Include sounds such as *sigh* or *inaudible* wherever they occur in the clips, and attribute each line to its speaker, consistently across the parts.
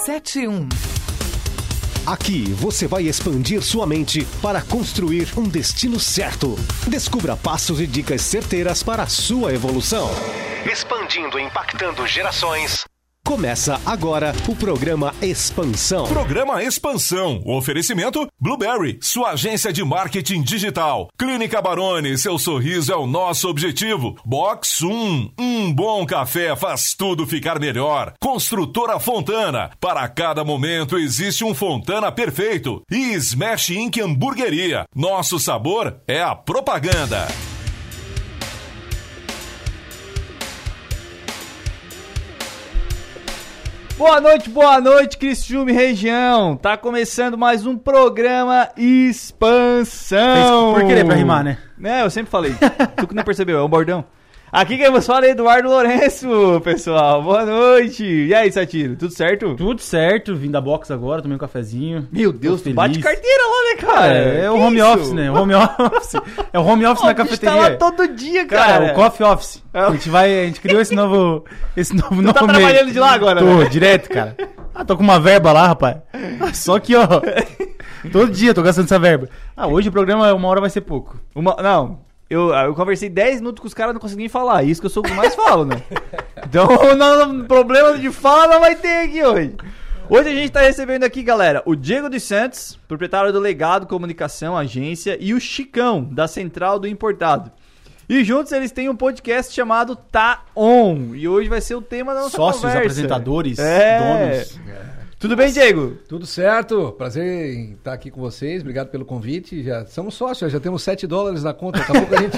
Speaker 1: 71.
Speaker 2: Aqui você vai expandir sua mente para construir um destino certo. Descubra passos e dicas certeiras para a sua evolução. Expandindo e impactando gerações. Começa agora o programa Expansão.
Speaker 3: Programa Expansão. O oferecimento Blueberry, sua agência de marketing digital. Clínica Barone, seu sorriso é o nosso objetivo. Box 1, um bom café faz tudo ficar melhor. Construtora Fontana, para cada momento existe um Fontana perfeito. E Smash Inc Hamburgueria, nosso sabor é a propaganda.
Speaker 4: Boa noite, boa noite, Cristiúme região. Tá começando mais um programa Expansão.
Speaker 5: Por querer pra rimar, né?
Speaker 4: Né, eu sempre falei. tu que não percebeu, é um bordão. Aqui quem vos fala é Eduardo Lourenço, pessoal. Boa noite. E aí, Satiro, tudo certo?
Speaker 5: Tudo certo, vim da box agora, tomei um cafezinho.
Speaker 4: Meu Deus,
Speaker 5: Tô
Speaker 4: tu bate
Speaker 5: feliz.
Speaker 4: carteira lá, né,
Speaker 5: Cara,
Speaker 4: cara?
Speaker 5: é,
Speaker 4: Que
Speaker 5: o home
Speaker 4: isso?
Speaker 5: office, né? O home *laughs* office. É o home office
Speaker 4: Pô,
Speaker 5: na
Speaker 4: a gente tá lá
Speaker 5: cafeteria.
Speaker 4: todo dia, cara. É
Speaker 5: Cara, o coffee office. A gente vai, a gente criou esse novo, esse novo nome.
Speaker 4: tá trabalhando de lá agora,
Speaker 5: Tô,
Speaker 4: né?
Speaker 5: direto, cara. Ah, tô com uma verba lá, rapaz. Só que, ó, todo dia tô gastando essa verba. Ah, hoje o programa uma hora vai ser pouco.
Speaker 4: Uma- não, eu, ah, eu conversei 10 minutos com os caras e não consegui nem falar. Isso que eu sou o que mais falo, *laughs* né? Então, não, problema de fala não vai ter aqui hoje. Hoje a gente tá recebendo aqui, galera, o Diego dos Santos, proprietário do Legado Comunicação Agência, e o Chicão, da Central do Importado. E juntos eles têm um podcast chamado Tá On. E hoje vai ser o tema da nossa
Speaker 5: Sócios,
Speaker 4: conversa.
Speaker 5: apresentadores,
Speaker 4: É.
Speaker 5: donos.
Speaker 4: Tudo bem, Diego?
Speaker 6: Tudo certo, prazer em estar aqui com vocês, obrigado pelo convite. Já somos sócios, já temos 7 dólares na conta. Daqui a pouco a *laughs* gente.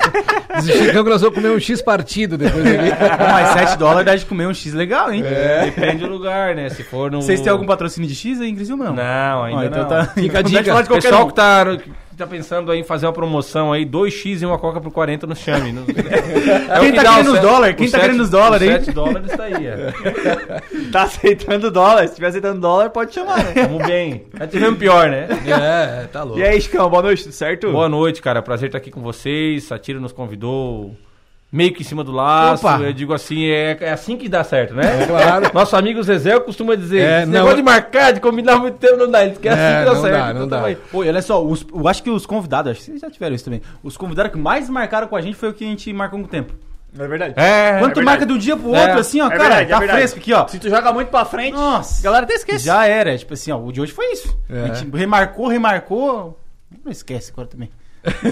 Speaker 6: Desistiu que nós vamos comer um X partido depois daqui.
Speaker 5: Pô, Mas 7 dólares dá de comer um X legal, hein?
Speaker 4: É.
Speaker 7: Depende do lugar, né? Se for no.
Speaker 5: Vocês têm algum patrocínio de X aí em Criciúma? Não.
Speaker 7: Não, ainda
Speaker 5: Ó, então
Speaker 7: não.
Speaker 5: tá- *laughs*
Speaker 7: Fica a
Speaker 5: então tá de
Speaker 7: dica.
Speaker 5: falar de
Speaker 7: O
Speaker 5: qualquer
Speaker 7: pessoal
Speaker 5: um.
Speaker 7: que tá, que tá pensando aí em fazer uma promoção aí, 2x e uma coca por 40 no
Speaker 5: *laughs*
Speaker 7: chame. No... É o
Speaker 5: Quem
Speaker 7: que
Speaker 5: tá
Speaker 7: dá o
Speaker 5: querendo os
Speaker 7: set-
Speaker 5: dólar? Quem
Speaker 7: o
Speaker 5: tá
Speaker 7: set-
Speaker 5: querendo os dólar,
Speaker 7: o
Speaker 5: hein? *laughs*
Speaker 7: 7 dólares tá aí, é.
Speaker 4: Tá *laughs* aceitando dólar? Se tiver aceitando dólar, pode chamar, né?
Speaker 7: Tamo bem. Tá tirando pior, né?
Speaker 6: É, tá louco.
Speaker 4: E aí, Chicão, boa noite, tudo certo?
Speaker 7: Boa noite, cara. Prazer estar aqui com vocês. Satiro nos convidou meio que em cima do laço.
Speaker 5: Opa.
Speaker 7: Eu digo assim, é, é assim que dá certo, né?
Speaker 6: É claro.
Speaker 7: Nosso amigo Zezé costuma dizer,
Speaker 6: É,
Speaker 7: esse
Speaker 6: não-
Speaker 7: negócio de marcar, de combinar muito tempo, não dá. Ele diz que é, assim
Speaker 6: É,
Speaker 7: que dá
Speaker 6: não
Speaker 7: certo.
Speaker 6: dá, não
Speaker 7: Então,
Speaker 6: dá.
Speaker 7: vai.
Speaker 5: Pô, e tá olha só, os- eu acho que os convidados, acho que vocês já tiveram isso também. Os convidados que mais marcaram com a gente foi o que a gente marcou com o tempo.
Speaker 4: É verdade.
Speaker 7: É,
Speaker 5: Quando tu marca de um dia pro outro,
Speaker 7: É.
Speaker 5: assim, ó,
Speaker 4: É
Speaker 5: cara,
Speaker 4: verdade, é
Speaker 5: tá
Speaker 4: verdade.
Speaker 5: fresco aqui, ó.
Speaker 4: Se tu joga muito pra frente,
Speaker 5: Nossa.
Speaker 4: a galera até esquece.
Speaker 5: Já era, tipo assim, ó, o de hoje foi isso.
Speaker 6: É.
Speaker 5: A gente remarcou, remarcou. Não esquece agora também.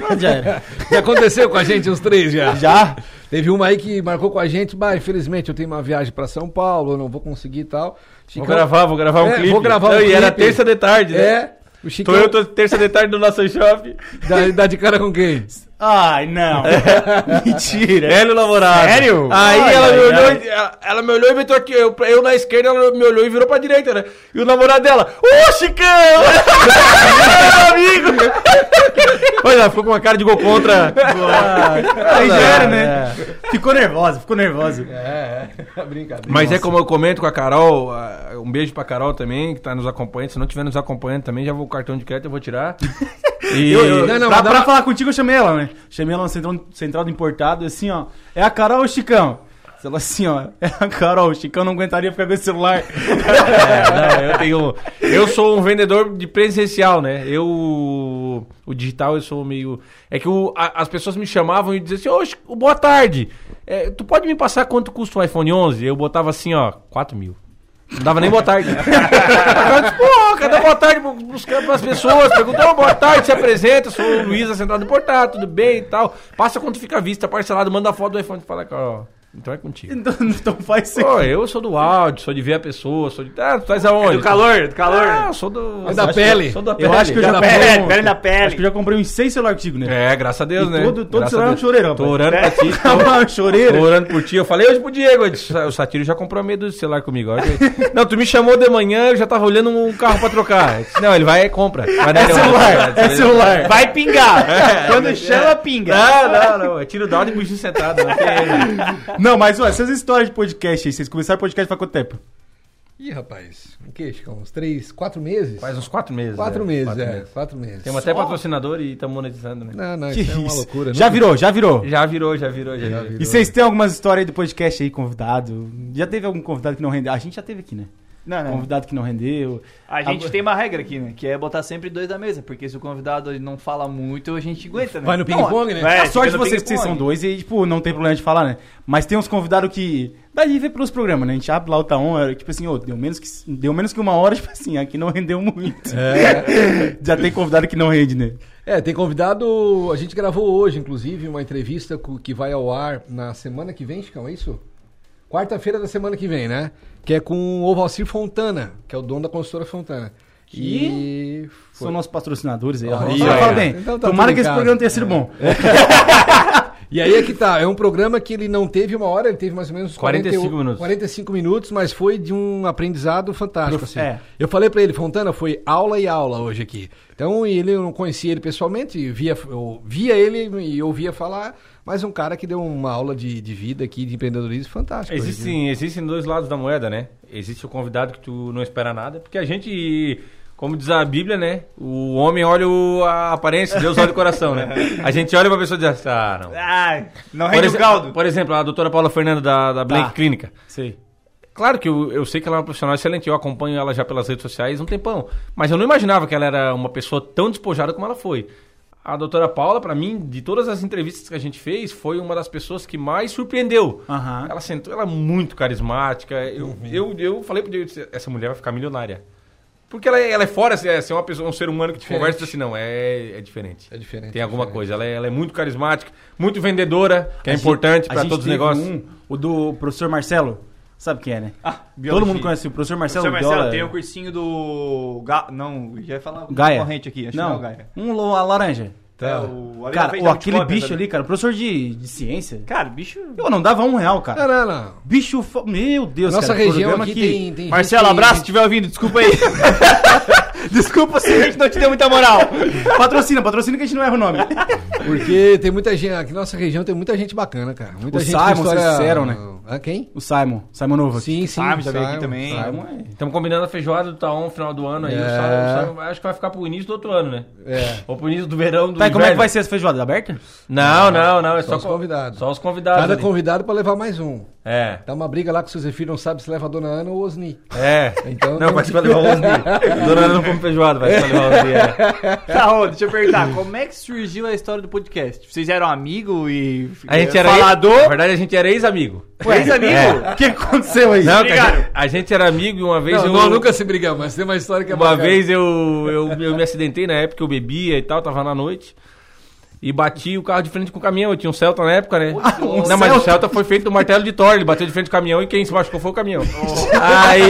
Speaker 5: Ah, já era. Tá?
Speaker 6: Já aconteceu com a gente uns três já.
Speaker 5: Já?
Speaker 6: Teve uma aí que marcou com a gente, mas infelizmente eu tenho uma viagem pra São Paulo, eu não vou conseguir e tal.
Speaker 7: Vou gravar, vou gravar um
Speaker 6: É,
Speaker 7: clipe.
Speaker 6: vou gravar um
Speaker 7: Não, E era
Speaker 6: clipe.
Speaker 7: terça de tarde, né?
Speaker 6: É, o
Speaker 7: Tô
Speaker 6: Chico.
Speaker 7: eu, tô terça de tarde no nosso shopping.
Speaker 6: Dá, dá de cara com quem?
Speaker 5: Ai, não. *laughs* Mentira.
Speaker 7: Hélio Lavorado.
Speaker 5: Sério?
Speaker 7: Aí né?
Speaker 5: Ai,
Speaker 7: ela,
Speaker 5: ai,
Speaker 7: me olhou,
Speaker 5: ai.
Speaker 7: e- ela- ela me olhou e meteu aqui. Eu, eu na esquerda, ela me olhou e virou pra direita, né? E o namorado dela, ô Chicão! *laughs* Meu amigo! Olha, ela é, ficou com uma cara de gol contra.
Speaker 5: Aí já era, né? Ficou nervosa, ficou nervosa.
Speaker 6: É, é, brincadeira.
Speaker 7: Mas é como eu comento com a Carol, ah, um beijo pra Carol também, que tá nos acompanhando. Se não tiver nos acompanhando também, já vou o cartão de crédito, eu
Speaker 6: *laughs*
Speaker 7: vou tirar. E... né,
Speaker 6: Eu- eu- Não, não,
Speaker 5: pra,
Speaker 6: mas dá
Speaker 5: pra
Speaker 6: uma-
Speaker 5: falar contigo, eu chamei ela, né? Chamei ela no central, central do importado, assim, ó. É a Carol ou o Chicão? Ela assim, ó. É a Carol, o Chicão não aguentaria ficar com esse celular.
Speaker 7: É, não, eu tenho. Eu sou um vendedor de presencial, né? Eu. O digital eu sou meio. É que o- a- as pessoas me chamavam e diziam assim: Ô, Chico, boa tarde. É, tu pode me passar quanto custa um iPhone 11? Eu botava assim, ó, 4 mil. Não dava nem boa tarde. Agora eu disse, Pô, cadê boa tarde pro- pros caras, pras pessoas? Perguntou, boa tarde, se apresenta, sou o Luiz da Central do Portar, tudo bem e tal. Passa quanto fica a vista, parcelado, manda a foto do iPhone e fala, cara, ó, então é
Speaker 5: *laughs*
Speaker 7: contigo.
Speaker 5: então, então faz isso.
Speaker 7: Pô, eu sou do áudio, sou de ver a pessoa, sou de. Ah, tu faz aonde?
Speaker 4: Do calor, do calor.
Speaker 7: Ah, sou do.
Speaker 6: É da
Speaker 7: acho
Speaker 6: pele.
Speaker 7: que- Sou da pele.
Speaker 5: Eu acho que eu já
Speaker 7: da
Speaker 5: comprei
Speaker 4: pele,
Speaker 5: um-
Speaker 4: pele na pele.
Speaker 5: Acho que eu já comprei uns seis celulares contigo, né?
Speaker 7: É, graças a Deus,
Speaker 5: E
Speaker 7: né?
Speaker 5: todo- todo
Speaker 7: Graças
Speaker 5: celular
Speaker 7: a
Speaker 5: é um
Speaker 7: Deus.
Speaker 5: choreiro, rapaz.
Speaker 7: Tô orando
Speaker 5: *laughs*
Speaker 7: pra ti.
Speaker 5: Uma
Speaker 7: Tô,
Speaker 5: choreira.
Speaker 7: tô orando por ti. Eu falei hoje pro Diego. eu disse, O Satiro já comprou meia dúzia de celular comigo. Olha *laughs* aí. Não, tu me chamou de manhã, eu já tava olhando um carro pra trocar. Eu disse, Não, ele vai e compra. Vai dar
Speaker 5: É
Speaker 7: ele uma
Speaker 5: celular,
Speaker 7: oportunidade.
Speaker 5: é celular.
Speaker 4: Vai
Speaker 5: *laughs*
Speaker 4: pingar.
Speaker 5: É,
Speaker 4: *laughs* Quando chama, pinga.
Speaker 7: Não, não, não. Eu tiro da hora e buchinho sentado. não tem-
Speaker 5: Não, mas ó, essas histórias de podcast aí, vocês começaram podcast faz quanto tempo?
Speaker 6: Ih, rapaz, o que, Chico? Uns três, quatro meses?
Speaker 7: Faz uns quatro meses.
Speaker 6: quatro
Speaker 7: né?
Speaker 6: meses,
Speaker 7: Quatro
Speaker 6: é, quatro meses.
Speaker 7: Temos até patrocinador e estamos monetizando, né?
Speaker 6: Não, não,
Speaker 5: Que
Speaker 6: isso é uma
Speaker 5: isso.
Speaker 6: loucura.
Speaker 5: já
Speaker 6: nunca-
Speaker 5: virou, já virou.
Speaker 7: Já virou, já virou, já virou.
Speaker 5: E vocês têm algumas histórias aí do podcast aí, convidado? Já teve algum convidado que não rendeu? A gente já teve aqui, né? Não,
Speaker 4: É.
Speaker 5: não. Convidado que não rendeu.
Speaker 4: A gente tem uma regra aqui, né? Que é botar sempre dois da mesa, porque se o convidado ele não fala muito, a gente aguenta, né?
Speaker 6: Vai no ping-pong, né?
Speaker 4: É,
Speaker 5: a
Speaker 4: fica
Speaker 5: sorte de
Speaker 4: no
Speaker 5: vocês que vocês
Speaker 4: ping-pong.
Speaker 5: são dois e, tipo, não tem problema de falar, né? Mas tem uns convidados que. Daí vê pelos programas, né? A gente abre lá o Taon, é, tipo assim, ô, deu, menos que, deu menos que uma hora, *laughs* tipo assim, aqui não rendeu muito. *laughs* Já tem convidado que não rende, né?
Speaker 6: É, tem convidado. A gente gravou hoje, inclusive, uma entrevista co- que vai ao ar na semana que vem, Chicão, é isso? Quarta-feira da semana que vem, né? Que é com o Valcir Fontana, que é o dono da consultora Fontana. E.
Speaker 5: São nossos patrocinadores aí. ó. É.
Speaker 6: Olha
Speaker 5: Só
Speaker 6: aí,
Speaker 5: fala
Speaker 6: ó.
Speaker 5: bem.
Speaker 6: Então tá
Speaker 5: Tomara
Speaker 6: tudo
Speaker 5: que
Speaker 6: em
Speaker 5: esse
Speaker 6: casa.
Speaker 5: programa tenha sido bom.
Speaker 6: E aí é que tá, é um programa que ele não teve uma hora, ele teve mais ou menos
Speaker 7: 45
Speaker 6: 41
Speaker 7: minutos.
Speaker 6: 45 minutos, mas foi de um aprendizado fantástico, assim.
Speaker 5: é.
Speaker 6: Eu falei pra ele, Fontana, foi aula e aula hoje aqui. Então, ele eu não conhecia ele pessoalmente, via, eu via ele e ouvia falar, mas um cara que deu uma aula de, de vida aqui, de empreendedorismo, fantástico. hoje, né?
Speaker 7: Existem, existem dois lados da moeda, né? Existe o convidado que tu não espera nada, porque a gente, como diz a Bíblia, né? O homem olha o- a aparência, Deus olha o coração, né? A gente olha pra pessoa e diz assim, ah, não.
Speaker 4: Ah,
Speaker 5: é
Speaker 4: não
Speaker 7: Por,
Speaker 4: rende o
Speaker 7: exe-
Speaker 4: caldo.
Speaker 7: por exemplo, a doutora Paula Fernanda da, da Blank Clínica.
Speaker 5: Sei.
Speaker 7: Claro que eu, eu sei que ela é uma profissional excelente, eu acompanho ela já pelas redes sociais há um tempão. Mas eu não imaginava que ela era uma pessoa tão despojada como ela foi. A doutora Paula, pra mim, de todas as entrevistas que a gente fez, foi uma das pessoas que mais surpreendeu.
Speaker 5: Aham.
Speaker 7: Ela sentou, ela é muito carismática. Eu,
Speaker 5: Uhum.
Speaker 7: eu, eu falei pra Deus, essa mulher vai ficar milionária. Porque ela, é- ela é fora, assim, é assim, uma pessoa, um ser humano que te
Speaker 6: Diferente.
Speaker 7: conversa e diz assim, não, é, é diferente.
Speaker 6: É diferente,
Speaker 7: Tem
Speaker 6: é
Speaker 7: alguma
Speaker 6: diferente.
Speaker 7: coisa. Ela é, ela é muito carismática, muito vendedora, que é
Speaker 5: A gente-
Speaker 7: importante
Speaker 5: a
Speaker 7: pra
Speaker 5: gente
Speaker 7: todos os
Speaker 5: teve
Speaker 7: negócios.
Speaker 5: um, o do professor Marcelo. Sabe quem é, né?
Speaker 4: Ah, biologia.
Speaker 5: Todo mundo conhece o professor Marcelo.
Speaker 4: Marcelo, Marcelo
Speaker 5: Viola.
Speaker 4: tem um o cursinho do. Ga... Não, já ia falar
Speaker 5: Gaia.
Speaker 4: corrente aqui, acho que não é o Gaia.
Speaker 5: Um lo- a laranja.
Speaker 4: É, o- ali na
Speaker 5: Cara,
Speaker 4: frente
Speaker 5: ou
Speaker 4: da
Speaker 5: aquele
Speaker 4: Multicopa,
Speaker 5: bicho
Speaker 4: sabe?
Speaker 5: ali, cara, professor de, de ciência.
Speaker 4: Cara, bicho.
Speaker 5: Eu não dava um real, cara.
Speaker 6: Não, não, não.
Speaker 5: Bicho, fa- meu Deus,
Speaker 6: Nossa
Speaker 5: cara, é um
Speaker 6: região
Speaker 5: programa que-
Speaker 6: aqui tem, tem
Speaker 4: Marcelo,
Speaker 5: é
Speaker 6: gente que-
Speaker 4: abraço se estiver ouvindo, desculpa aí. desculpa se a gente não te deu muita moral.
Speaker 5: *laughs* Patrocina, patrocina que a gente não erra o nome.
Speaker 6: Porque tem muita gente, aqui na nossa região tem muita gente bacana, cara. Muita
Speaker 5: O
Speaker 6: gente
Speaker 5: Simon, vocês disseram, né?
Speaker 6: Ah, quem?
Speaker 5: O Simon, Simon Novo. aqui.
Speaker 6: Sim, sim.
Speaker 4: Simon já veio aqui também.
Speaker 6: Simon.
Speaker 7: Estamos combinando a feijoada do Taon no final do ano aí.
Speaker 6: É.
Speaker 7: O Sábado, o sábado, acho que vai ficar pro início do outro ano, né?
Speaker 6: É.
Speaker 7: Ou pro início do verão do
Speaker 5: Tá, e como é que
Speaker 7: inverno.
Speaker 5: vai ser Ah, essa feijoada? Aberta?
Speaker 7: Não, não, não. É só,
Speaker 6: os
Speaker 7: co-
Speaker 6: convidados.
Speaker 7: Só os convidados.
Speaker 6: Cada
Speaker 7: ali.
Speaker 6: convidado pra levar mais um.
Speaker 7: É.
Speaker 6: Tá uma briga lá com o seu Zefiro, não sabe se leva a dona Ana ou o Osni.
Speaker 7: É.
Speaker 6: Então-
Speaker 7: não, vai ser pra
Speaker 5: *laughs*
Speaker 7: levar o Osni. Dona Ana não come feijoada, vai ser pra levar o Osni. É.
Speaker 4: Tá, ô, deixa eu perguntar, como é que surgiu a história do podcast? Vocês eram amigo e.
Speaker 7: A gente era
Speaker 4: falador?
Speaker 7: ex- Na verdade, a gente era
Speaker 6: *laughs*
Speaker 7: ex-amigo.
Speaker 4: Ex-amigo?
Speaker 7: É.
Speaker 5: O que aconteceu aí?
Speaker 7: Não, cara,
Speaker 4: Brigaram.
Speaker 7: a gente era amigo e uma vez
Speaker 6: Não,
Speaker 7: eu...
Speaker 6: nós nunca se brigamos, mas tem uma história que é
Speaker 7: um Uma
Speaker 6: bacana.
Speaker 7: vez eu, eu, eu me acidentei na época, eu bebia e tal, tava na noite. E bati o carro de frente com o caminhão. Eu tinha um Celta na época, né?
Speaker 5: um
Speaker 7: não, mas o
Speaker 5: Celta.
Speaker 7: Celta foi feito do martelo de Thor. Ele bateu de frente com o caminhão e quem se machucou foi o caminhão. Aí.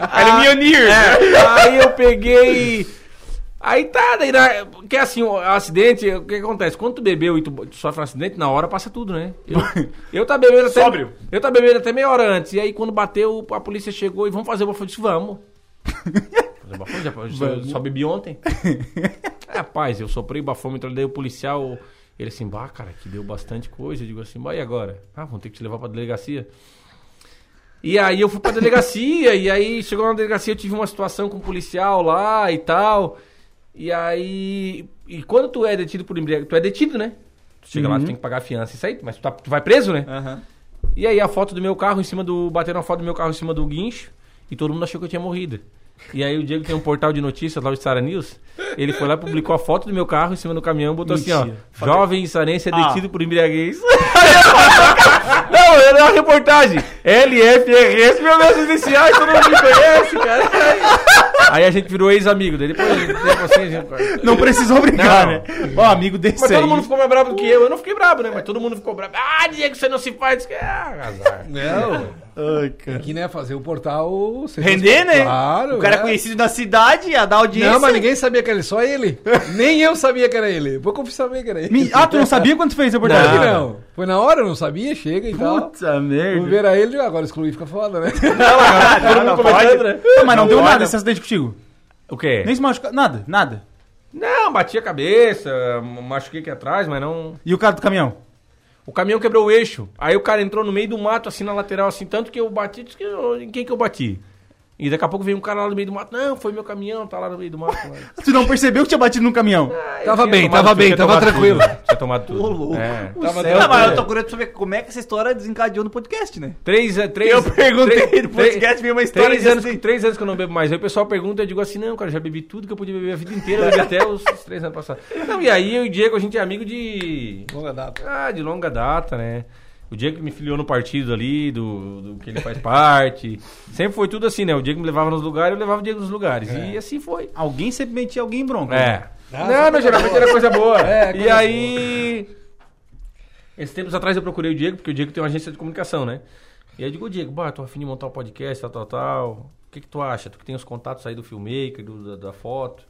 Speaker 7: Era Mionir. aí eu peguei. Aí tá, daí. na- Porque assim, o acidente, o que acontece? Quando tu bebeu e tu tu sofre um acidente, na hora passa tudo, né? Eu, eu tá bebendo até.
Speaker 4: Sóbrio.
Speaker 7: Eu tá bebendo até meia hora antes. E aí quando bateu, a polícia chegou e vamos fazer o bafo. Eu disse, vamos. Fazer bafo? Já- Eu só bebi ontem. *laughs* Rapaz, eu soprei o bafômetro, daí o policial. Ele assim, bah, cara, que deu bastante coisa. Eu digo assim, bah, e agora? Ah, vão ter que te levar pra delegacia. E aí eu fui pra delegacia, e aí chegou na delegacia, eu tive uma situação com um policial lá e tal. E aí. E quando tu é detido por embriaguez, tu é detido, né? Tu chega lá, tu tem que pagar a fiança, isso aí, mas tu, tá- tu vai preso, né?
Speaker 4: Uhum. Aham.
Speaker 7: E aí a foto do meu carro em cima do. Bateram a foto do meu carro em cima do guincho e todo mundo achou que eu tinha morrido. E aí o Diego tem um portal de notícias lá, o Sara News. Ele foi lá, publicou a foto do meu carro em cima do caminhão, botou assim,
Speaker 5: Mentira.
Speaker 7: ó. Jovem sarense é
Speaker 4: Ah.
Speaker 7: detido por embriaguez. Não, era uma reportagem. LFRS, meu Deus, os iniciais, todo mundo me conhece, cara. Aí a gente virou ex-amigo. Daí depois, depois assim, a gente...
Speaker 5: Não precisou brigar,
Speaker 7: Não.
Speaker 5: né? Ó, amigo desse
Speaker 7: Mas
Speaker 5: aí.
Speaker 7: todo mundo ficou mais bravo do que eu. Eu não fiquei bravo, né? Mas todo mundo ficou bravo. Ah, Diego, você não se faz. Ah, azar.
Speaker 6: Não,
Speaker 5: Ai, cara.
Speaker 6: aqui, né, fazer o portal... você-
Speaker 4: Render, né?
Speaker 6: Claro.
Speaker 4: O cara
Speaker 6: né?
Speaker 4: conhecido da cidade, ia dar audiência.
Speaker 6: Não, mas ninguém sabia que era ele, só ele. Nem eu sabia que era ele. Vou confessar bem que era ele.
Speaker 5: Me- Ah, tu não sabia quando tu fez a
Speaker 6: Claro
Speaker 5: reportagem?
Speaker 6: que não. Foi na hora, eu não sabia, chega e tal.
Speaker 5: Puta
Speaker 6: Vamos
Speaker 5: merda.
Speaker 6: ver a ele, agora excluir fica foda, né?
Speaker 7: Todo mundo comentando, né?
Speaker 5: Ah, mas não, deu nada esse acidente contigo.
Speaker 7: O quê?
Speaker 5: Nem se machucou. Nada, nada.
Speaker 7: Não, bati a cabeça, machuquei aqui atrás, mas não.
Speaker 5: E o cara do caminhão?
Speaker 7: O caminhão quebrou o eixo. Aí o cara entrou no meio do mato, assim, na lateral, assim, tanto que eu bati. disse que eu- Em quem que eu bati? E daqui a pouco vem um cara lá no meio do mato. Não, foi meu caminhão, tá lá no meio do mato. lá."
Speaker 5: Tu não percebeu que tinha batido num caminhão?
Speaker 7: Ah, eu
Speaker 6: Tava
Speaker 7: tinha
Speaker 6: bem,
Speaker 7: tomado
Speaker 6: tava
Speaker 7: tudo,
Speaker 6: bem,
Speaker 7: tinha
Speaker 6: tava
Speaker 7: tomado
Speaker 6: tranquilo.
Speaker 7: tudo, Tinha tomado tudo. É, tava
Speaker 4: Não, mas
Speaker 7: tranquilo.
Speaker 4: tá eu tô curioso pra saber como é que essa história desencadeou no podcast, né?
Speaker 7: Três, é, três, *laughs*
Speaker 4: Eu perguntei no podcast,
Speaker 7: três-
Speaker 4: veio uma história assim.
Speaker 7: Três
Speaker 4: disso
Speaker 7: anos,
Speaker 4: daí.
Speaker 7: três anos que eu não bebo mais. Aí o pessoal pergunta, eu digo assim, não, cara, já bebi tudo que eu podia beber a vida inteira, eu bebi
Speaker 4: *laughs*
Speaker 7: até os, os três anos passados. Não, e aí eu e o Diego, a gente é amigo de...
Speaker 6: Longa data.
Speaker 7: Ah, de longa data, né? O Diego que me filiou no partido ali, do, do que ele faz parte. Sempre foi tudo assim, né? O Diego me levava nos lugares, eu levava o Diego nos lugares.
Speaker 4: É.
Speaker 7: E assim foi.
Speaker 5: Alguém sempre metia alguém em bronca. né?
Speaker 7: É.
Speaker 6: Ah,
Speaker 7: não, não, geralmente era coisa boa.
Speaker 6: *laughs* É, coisa
Speaker 7: e aí. Esses tempos atrás eu procurei o Diego, porque o Diego tem uma agência de comunicação, né? E aí eu digo, ô Diego, bah, tô afim de montar um podcast, tal, tal, tal. O que, que tu acha? Tu que tem os contatos aí do filmmaker, do- da, da foto,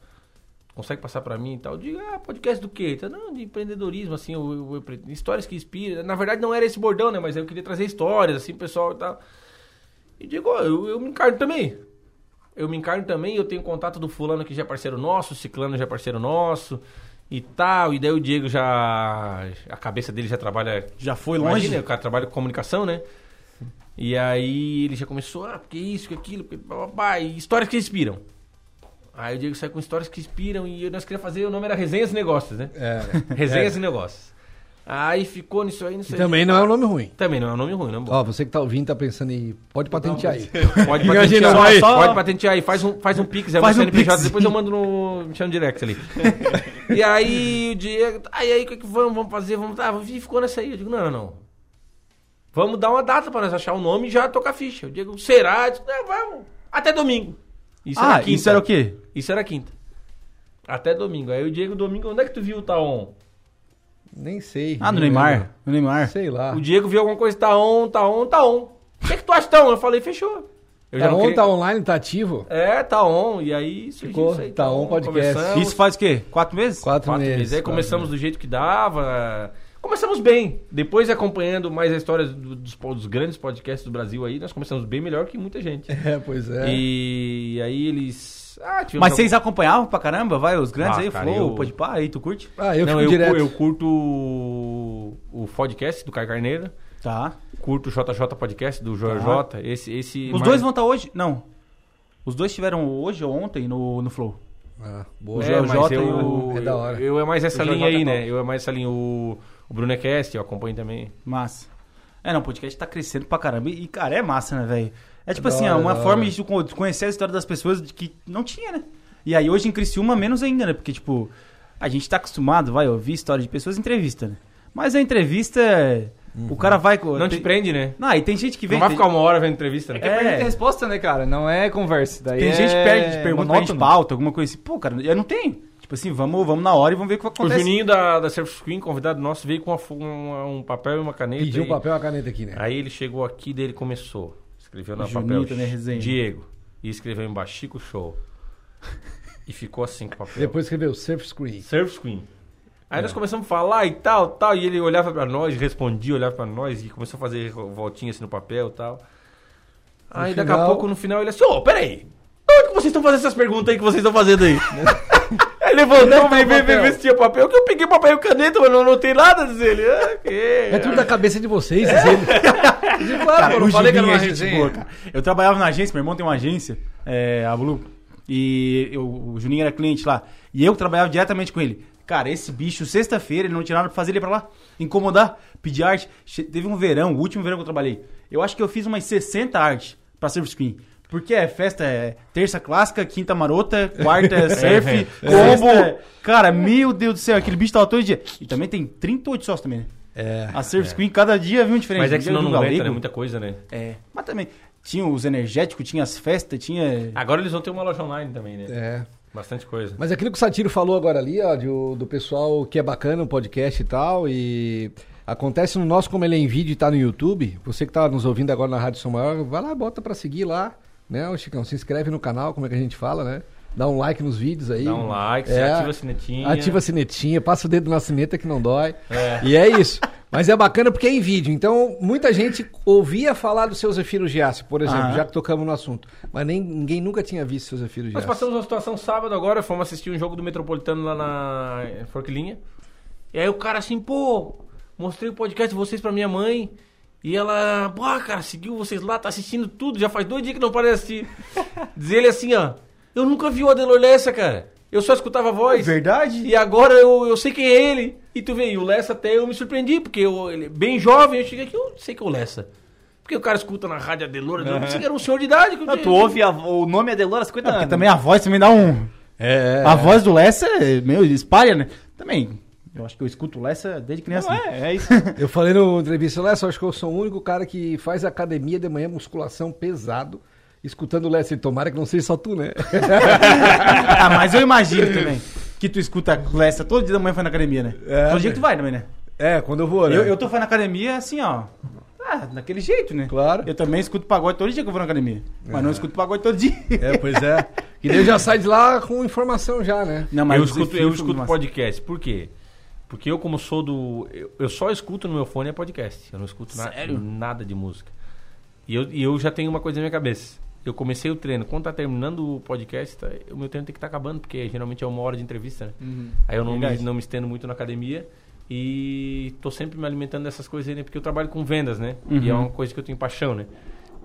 Speaker 7: tu consegue passar pra mim e tal? Eu digo, ah, podcast do quê? Ele tá, não, de empreendedorismo, assim, eu- eu- eu pre- histórias que inspiram. Na verdade não era esse bordão, né? Mas eu queria trazer histórias, assim, pro pessoal e tal. E digo, ó, eu, eu me encarno também. Eu me encarno também, eu tenho contato do fulano que já é parceiro nosso, o ciclano já é parceiro nosso e tal. E daí o Diego já. A cabeça dele já trabalha.
Speaker 5: Já foi longe.
Speaker 7: Imagina, o cara trabalha com comunicação, né? E aí ele já começou, ah, porque isso, que aquilo, porque blá, blá, blá, e histórias que inspiram. Aí o Diego sai com histórias que inspiram e nós queríamos fazer, o nome era Resenhas e Negócios, né?
Speaker 6: É.
Speaker 7: Resenhas e Negócios. Aí ficou nisso aí, nisso
Speaker 6: Que
Speaker 7: aí.
Speaker 6: também não é um nome ruim.
Speaker 7: Também não é um nome ruim, não é bom.
Speaker 6: Ó, você que tá ouvindo tá pensando em. Pode patentear aí.
Speaker 7: Pode
Speaker 6: Imagina,
Speaker 7: patentear,
Speaker 6: só aí.
Speaker 7: pode patentear aí, faz um, faz um pix, é
Speaker 5: Faz
Speaker 7: no
Speaker 5: um
Speaker 7: CNPJ,
Speaker 5: pix.
Speaker 7: depois eu mando no, me chama no
Speaker 5: *laughs*
Speaker 7: direct ali. e aí o Diego, aí aí o que que vamos, vamos fazer, vamos, tá, e ficou nessa aí, eu digo, não, não, não. Vamos dar uma data pra nós achar o nome e já tocar a ficha. Eu digo, será? Eu digo, não, vamos, até domingo. Isso
Speaker 5: ah,
Speaker 7: quinta.
Speaker 5: isso era o quê?
Speaker 7: Isso era quinta. Até domingo. Aí o Diego, domingo, onde é que tu viu o Taon?
Speaker 6: Nem sei.
Speaker 5: Ah, no
Speaker 6: Não
Speaker 5: Neymar. No Neymar.
Speaker 6: lembro. Sei lá.
Speaker 7: O Diego viu alguma coisa, Taon, Taon, Taon. O que é que tu acha, Taon? Eu falei, fechou. Eu
Speaker 6: Tá
Speaker 7: não
Speaker 6: on,
Speaker 7: queria-
Speaker 6: tá online, tá ativo?
Speaker 7: É, tá on. E aí surgiu
Speaker 6: Ficou,
Speaker 7: isso aí.
Speaker 6: tá on podcast.
Speaker 7: conversamos,
Speaker 5: Isso faz o quê? é Quatro meses?
Speaker 6: Quatro,
Speaker 7: quatro
Speaker 6: meses.
Speaker 7: meses. Aí
Speaker 6: quatro
Speaker 7: começamos do jeito que dava. Começamos bem. Depois, acompanhando mais a história do- dos, po- dos grandes podcasts do Brasil aí, nós começamos bem melhor que muita gente.
Speaker 6: meses. É, pois é.
Speaker 7: E aí eles... Ah, tivemos
Speaker 5: Mas
Speaker 7: algum-
Speaker 5: vocês acompanhavam pra caramba? Vai, os grandes
Speaker 7: Ah,
Speaker 5: aí,
Speaker 7: cara,
Speaker 5: Flow,
Speaker 7: eu-
Speaker 5: pode pá, aí tu curte?
Speaker 6: Ah, eu
Speaker 7: Não,
Speaker 6: fico
Speaker 7: eu,
Speaker 6: direto.
Speaker 7: eu curto o, o podcast do Caio Carneiro,
Speaker 5: Tá.
Speaker 7: curto o JJ Podcast do JJ. Esse, esse
Speaker 5: Os
Speaker 7: mais-
Speaker 5: dois vão estar hoje? Não. Os dois tiveram hoje ou ontem no, no Flow.
Speaker 6: Ah,
Speaker 7: O
Speaker 6: boa.
Speaker 7: é, mas
Speaker 5: JJ e
Speaker 7: eu,
Speaker 6: o- É da hora.
Speaker 7: Eu, eu é mais essa
Speaker 6: O
Speaker 7: linha
Speaker 6: JJ
Speaker 7: aí,
Speaker 6: é
Speaker 7: né? Eu é mais essa linha. O, o Bruno é Cast, eu acompanho também.
Speaker 5: Massa. É, não, o podcast tá crescendo pra caramba. E, cara, é massa, né, velho? É tipo
Speaker 6: da
Speaker 5: assim, é
Speaker 6: hora,
Speaker 5: uma
Speaker 6: da
Speaker 5: forma
Speaker 6: hora.
Speaker 5: de co- de conhecer a história das pessoas de que não tinha, né? E aí hoje em Criciúma, menos ainda, né? Porque, tipo, a gente tá acostumado, vai, ouvir história de pessoas em entrevista, né? Mas a entrevista, o
Speaker 6: Uhum.
Speaker 5: cara vai... co-
Speaker 7: Não
Speaker 5: tem-
Speaker 7: te prende, né?
Speaker 5: Não, e tem gente que vem...
Speaker 7: Não vai
Speaker 5: tem-
Speaker 7: ficar uma hora vendo entrevista, né?
Speaker 5: É.
Speaker 1: pergunta e resposta, né, cara? Não é conversa.
Speaker 7: um-
Speaker 1: Daí
Speaker 5: Tem
Speaker 1: é
Speaker 5: gente que perde, pergunta perde
Speaker 1: monótono.
Speaker 5: pauta, alguma coisa assim. Pô, cara, eu não tenho. Tipo assim, vamos, vamos na hora e vamos ver o que
Speaker 7: O
Speaker 5: acontece.
Speaker 7: Juninho da, da Surf Screen, convidado nosso, veio com uma fo- uma- um papel e uma caneta.
Speaker 6: Pediu
Speaker 7: e-
Speaker 6: um papel e uma caneta aqui, né?
Speaker 7: Aí ele chegou aqui dele começou. Escreveu no
Speaker 5: Juninho
Speaker 7: papel
Speaker 5: também é resenha.
Speaker 7: Diego. E escreveu embaixo Chico Show. E ficou assim com o papel.
Speaker 6: Depois escreveu Surf Screen.
Speaker 7: Surf Screen. Aí nós começamos a falar e tal, tal, e ele olhava pra nós, respondia, olhava pra nós, e começou a fazer voltinha assim no papel e tal. Aí daqui a
Speaker 6: final-
Speaker 7: pouco, no final, ele assim, ô, peraí, onde que vocês estão fazendo essas perguntas aí que vocês estão fazendo
Speaker 6: *laughs*
Speaker 7: aí? aí levantou, veio ver, ver, ver se tinha papel, que eu peguei papel e caneta, mas não anotei nada, diz ele. Ah, que...
Speaker 6: É tudo da cabeça de vocês, diz
Speaker 7: *laughs*
Speaker 6: ele.
Speaker 1: Claro, cara, eu
Speaker 5: o
Speaker 1: não falei que era
Speaker 5: Juninho
Speaker 1: uma
Speaker 5: é gente
Speaker 1: resenha.
Speaker 5: boa, cara. Eu trabalhava na agência, meu irmão tem uma agência, é, a Blue, e eu- o Juninho era cliente lá. E eu trabalhava diretamente com ele. Cara, esse bicho, sexta-feira, ele não tinha nada pra fazer, ele ia pra lá, incomodar, pedir arte. Che- Teve um verão, o último verão que eu trabalhei. Eu acho que eu fiz umas 60 artes pra surf screen. Porque é festa, é terça clássica, quinta marota, quarta é surf, combo. Cara, meu Deus do céu, aquele bicho tava todo dia. E também tem 38 sócios também, né?
Speaker 6: É.
Speaker 5: A surf screen, cada dia viu um diferente.
Speaker 7: Mas é
Speaker 5: Um
Speaker 7: que
Speaker 5: dia
Speaker 7: senão
Speaker 5: viu
Speaker 7: não
Speaker 5: um
Speaker 7: aguenta, né?
Speaker 5: galego.
Speaker 7: Muita coisa, né?
Speaker 5: É, mas também tinha os energéticos, tinha as festas, tinha.
Speaker 7: Agora eles vão ter uma loja online também, né?
Speaker 6: É.
Speaker 7: Bastante coisa.
Speaker 6: Mas aquilo que o Satiro falou agora ali, ó, de o- do pessoal que é bacana o podcast e tal, e acontece no nosso, como ele é em vídeo e tá no YouTube, você que tá nos ouvindo agora na Rádio São Maior, vai lá, bota pra seguir lá, né, o Chicão, se inscreve no canal, como é que a gente fala, né? Dá um like nos vídeos aí.
Speaker 7: Dá um like,
Speaker 6: É.
Speaker 7: ativa a sinetinha.
Speaker 6: Ativa a sinetinha, passa o dedo na sineta que não dói. E é isso. Mas é bacana porque é em vídeo. Então, muita gente ouvia falar do seu Zefiro Giassi, por exemplo,
Speaker 5: Ah.
Speaker 6: já que tocamos no assunto. Mas nem, ninguém nunca tinha visto seu Zefiro
Speaker 7: Nós
Speaker 6: Giassi.
Speaker 7: passamos uma situação sábado agora, fomos assistir um jogo do Metropolitano lá na Forquilinha. E aí o cara assim, pô, mostrei o podcast de vocês pra minha mãe. E ela, pô, cara, seguiu vocês lá, tá assistindo tudo, já faz dois dias que não parece assistir. *laughs* Diz ele assim, ó, eu nunca vi o Adelor Lessa, cara. Eu só escutava a voz.
Speaker 5: Verdade?
Speaker 7: E agora eu, eu sei quem é ele. E tu vê, e o Lessa até eu me surpreendi, porque eu, ele é bem jovem, eu cheguei aqui, eu sei que é o Lessa. Porque o cara escuta na rádio Adelor, Adelor, eu pensei que era um senhor de idade. que eu
Speaker 4: Não,
Speaker 7: tinha-
Speaker 4: Ah, tu ouve a- o nome Adelora há 50
Speaker 5: Porque
Speaker 4: anos.
Speaker 5: também a voz também dá um.
Speaker 6: É.
Speaker 5: A voz do Lessa, meu, espalha, né? Também. Eu acho que eu escuto o Lessa desde criança.
Speaker 4: Não é, é isso.
Speaker 6: Eu falei no entrevista Lessa, eu acho que eu sou o único cara que faz academia de manhã, musculação pesado, escutando o Lessa. E Tomara que não seja só tu, né?
Speaker 5: *laughs* ah, mas eu imagino também que tu escuta o Lessa todo dia da manhã foi na academia, né?
Speaker 6: É,
Speaker 5: todo dia que tu vai também, né?
Speaker 6: É, quando eu vou, né?
Speaker 5: Eu, eu tô fazendo academia assim, ó. Ah, daquele jeito, né?
Speaker 6: Claro.
Speaker 5: Eu também escuto pagode todo dia que eu vou na academia. Mas não escuto pagode todo dia.
Speaker 6: É, pois é. E daí eu já sai de lá com informação já, né?
Speaker 5: Não,
Speaker 7: eu
Speaker 5: os
Speaker 7: escuto,
Speaker 5: filhos
Speaker 7: eu
Speaker 5: são muito
Speaker 7: escuto
Speaker 5: massa.
Speaker 7: podcast. Por quê? Porque eu, como sou do. Eu, eu só escuto no meu fone é podcast. Eu não escuto na- nada de música. E eu, e eu já tenho uma coisa na minha cabeça. Eu comecei o treino. Quando tá terminando o podcast, tá- o meu treino tem que estar acabando, porque geralmente é uma hora de entrevista, né?
Speaker 5: Uhum.
Speaker 7: Aí eu não me, não me estendo muito na academia. E tô sempre me alimentando dessas coisas aí, né? Porque eu trabalho com vendas, né? E é
Speaker 5: Uhum.
Speaker 7: uma coisa que eu tenho paixão, né?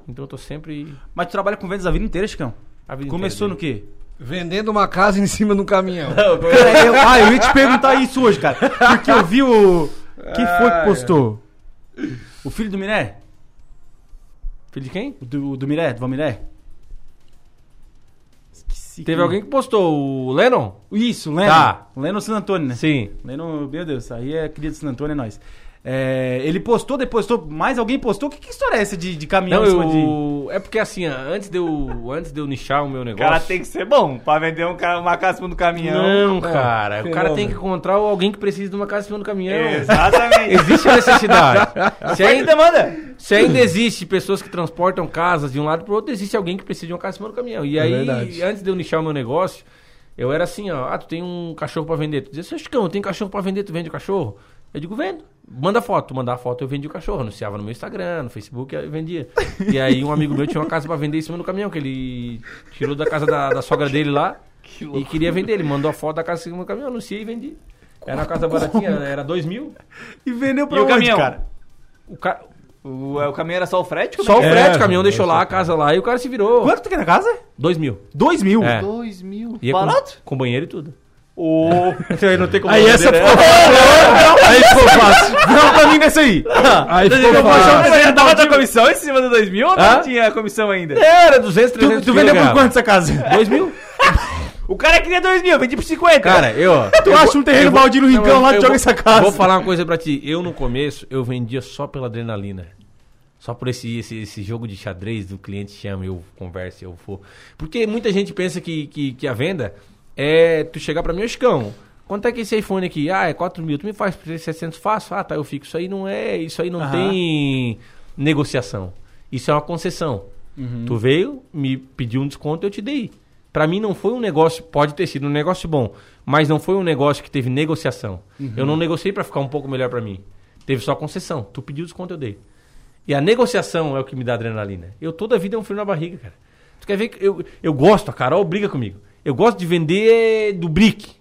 Speaker 7: Então eu tô sempre.
Speaker 5: Mas tu trabalha com vendas a vida inteira, Chicão?
Speaker 7: A vida
Speaker 5: Começou
Speaker 7: inteira,
Speaker 5: no quê?
Speaker 6: Vendendo uma casa em cima de um caminhão.
Speaker 5: Cara, eu, ah, eu ia te perguntar isso hoje, cara. Porque eu vi o. Quem foi que postou? O filho do Miré?
Speaker 7: Filho de quem?
Speaker 5: O do, do Miré, do Val Miré? Esqueci.
Speaker 7: Teve alguém que postou o Lennon?
Speaker 5: Isso, o Leno.
Speaker 7: é. Tá.
Speaker 5: O Leno San Antônio, né?
Speaker 7: Sim.
Speaker 5: Leno, meu Deus, aí é querido San Antônio, é nóis. É, ele postou, depois postou, mais alguém postou. Que, que história é essa de, de caminhão
Speaker 7: Não,
Speaker 5: em cima de.
Speaker 7: eu... É porque assim, ó, antes de eu, antes de eu nichar o meu
Speaker 4: O
Speaker 7: negócio...
Speaker 4: cara tem que ser bom pra vender um cara, uma casa no caminhão.
Speaker 7: Não, cara. o cara
Speaker 6: fenômeno.
Speaker 7: tem que encontrar alguém que precisa de uma casa em cima do caminhão.
Speaker 4: Exatamente.
Speaker 7: Existe a necessidade. Se
Speaker 4: Quem
Speaker 7: ainda,
Speaker 4: demanda?
Speaker 7: se ainda existe pessoas que transportam casas de um lado pro outro, existe alguém que precisa de uma casa em cima do caminhão. E aí,
Speaker 6: verdade.
Speaker 7: antes de eu nichar o meu negócio, eu era assim, ó. Ah, tu tem um cachorro pra vender. Tu dizia, seu Chicão, eu tenho cachorro pra vender, tu vende o cachorro? Eu digo, vendo. Manda foto. Mandar foto, eu vendi o cachorro. Anunciava no meu Instagram, no Facebook, eu vendia. E aí um amigo meu tinha uma casa pra vender em cima do caminhão, que ele tirou da casa da, da sogra dele lá. e queria vender. Ele mandou a foto da casa em cima do caminhão, anunciei e vendi. Era uma casa baratinha, era dois mil.
Speaker 5: E vendeu pra
Speaker 4: E o
Speaker 5: onde,
Speaker 4: caminhão?
Speaker 5: cara?
Speaker 7: O ca...
Speaker 4: O, é, o caminhão era só o frete? Como
Speaker 7: Só o
Speaker 4: é que
Speaker 7: frete, o caminhão deixou lá a casa lá e o cara se virou.
Speaker 5: Quanto tu quer na casa?
Speaker 7: Dois mil.
Speaker 5: Dois mil.
Speaker 7: É.
Speaker 4: Dois mil.
Speaker 7: Ia com,
Speaker 4: Barato?
Speaker 7: com banheiro e tudo.
Speaker 4: O...
Speaker 7: Aí não tem como.
Speaker 5: Então Aí essa ficou fácil. Aí ficou fácil. Não, pra mim nessa aí. Ah,
Speaker 6: Aí ficou
Speaker 4: Eu vou
Speaker 6: fácil.
Speaker 4: achar que você já tava da comissão em cima do 2 mil ou não
Speaker 7: Hã?
Speaker 4: tinha comissão ainda?
Speaker 7: Era 200, 300
Speaker 5: Tu, tu
Speaker 7: que eu
Speaker 5: vendeu por
Speaker 7: ganhava.
Speaker 5: quanto essa casa?
Speaker 7: Dois mil.
Speaker 4: O cara queria 2 mil, vendi por 50.
Speaker 7: Cara, eu.
Speaker 5: Tu acha um terreno baldio no Rincão lá, tu joga essa casa.
Speaker 7: Vou falar uma coisa pra ti. Eu, no começo, eu vendia só pela adrenalina. Só por esse, esse, esse jogo de xadrez do cliente chama, eu converso, eu vou. Porque muita gente pensa que, que, que a venda é tu chegar pra mim, ô Chicão, quanto é que esse iPhone aqui? Ah, é 4 mil. Tu me faz por 600, faço. Ah, tá, eu fico. Isso aí não é, isso aí não
Speaker 5: Aham.
Speaker 7: tem negociação. Isso é uma concessão. Tu veio, me pediu um desconto, eu te dei. Pra mim não foi um negócio, pode ter sido um negócio bom, mas não foi um negócio que teve negociação. Eu não negociei pra ficar um pouco melhor pra mim. Teve só concessão. Tu pediu desconto, eu dei. E a negociação é o que me dá adrenalina. Eu toda a vida é um frio na barriga, cara. Tu quer ver que eu, eu gosto, a Carol briga comigo. Eu gosto de vender do brick.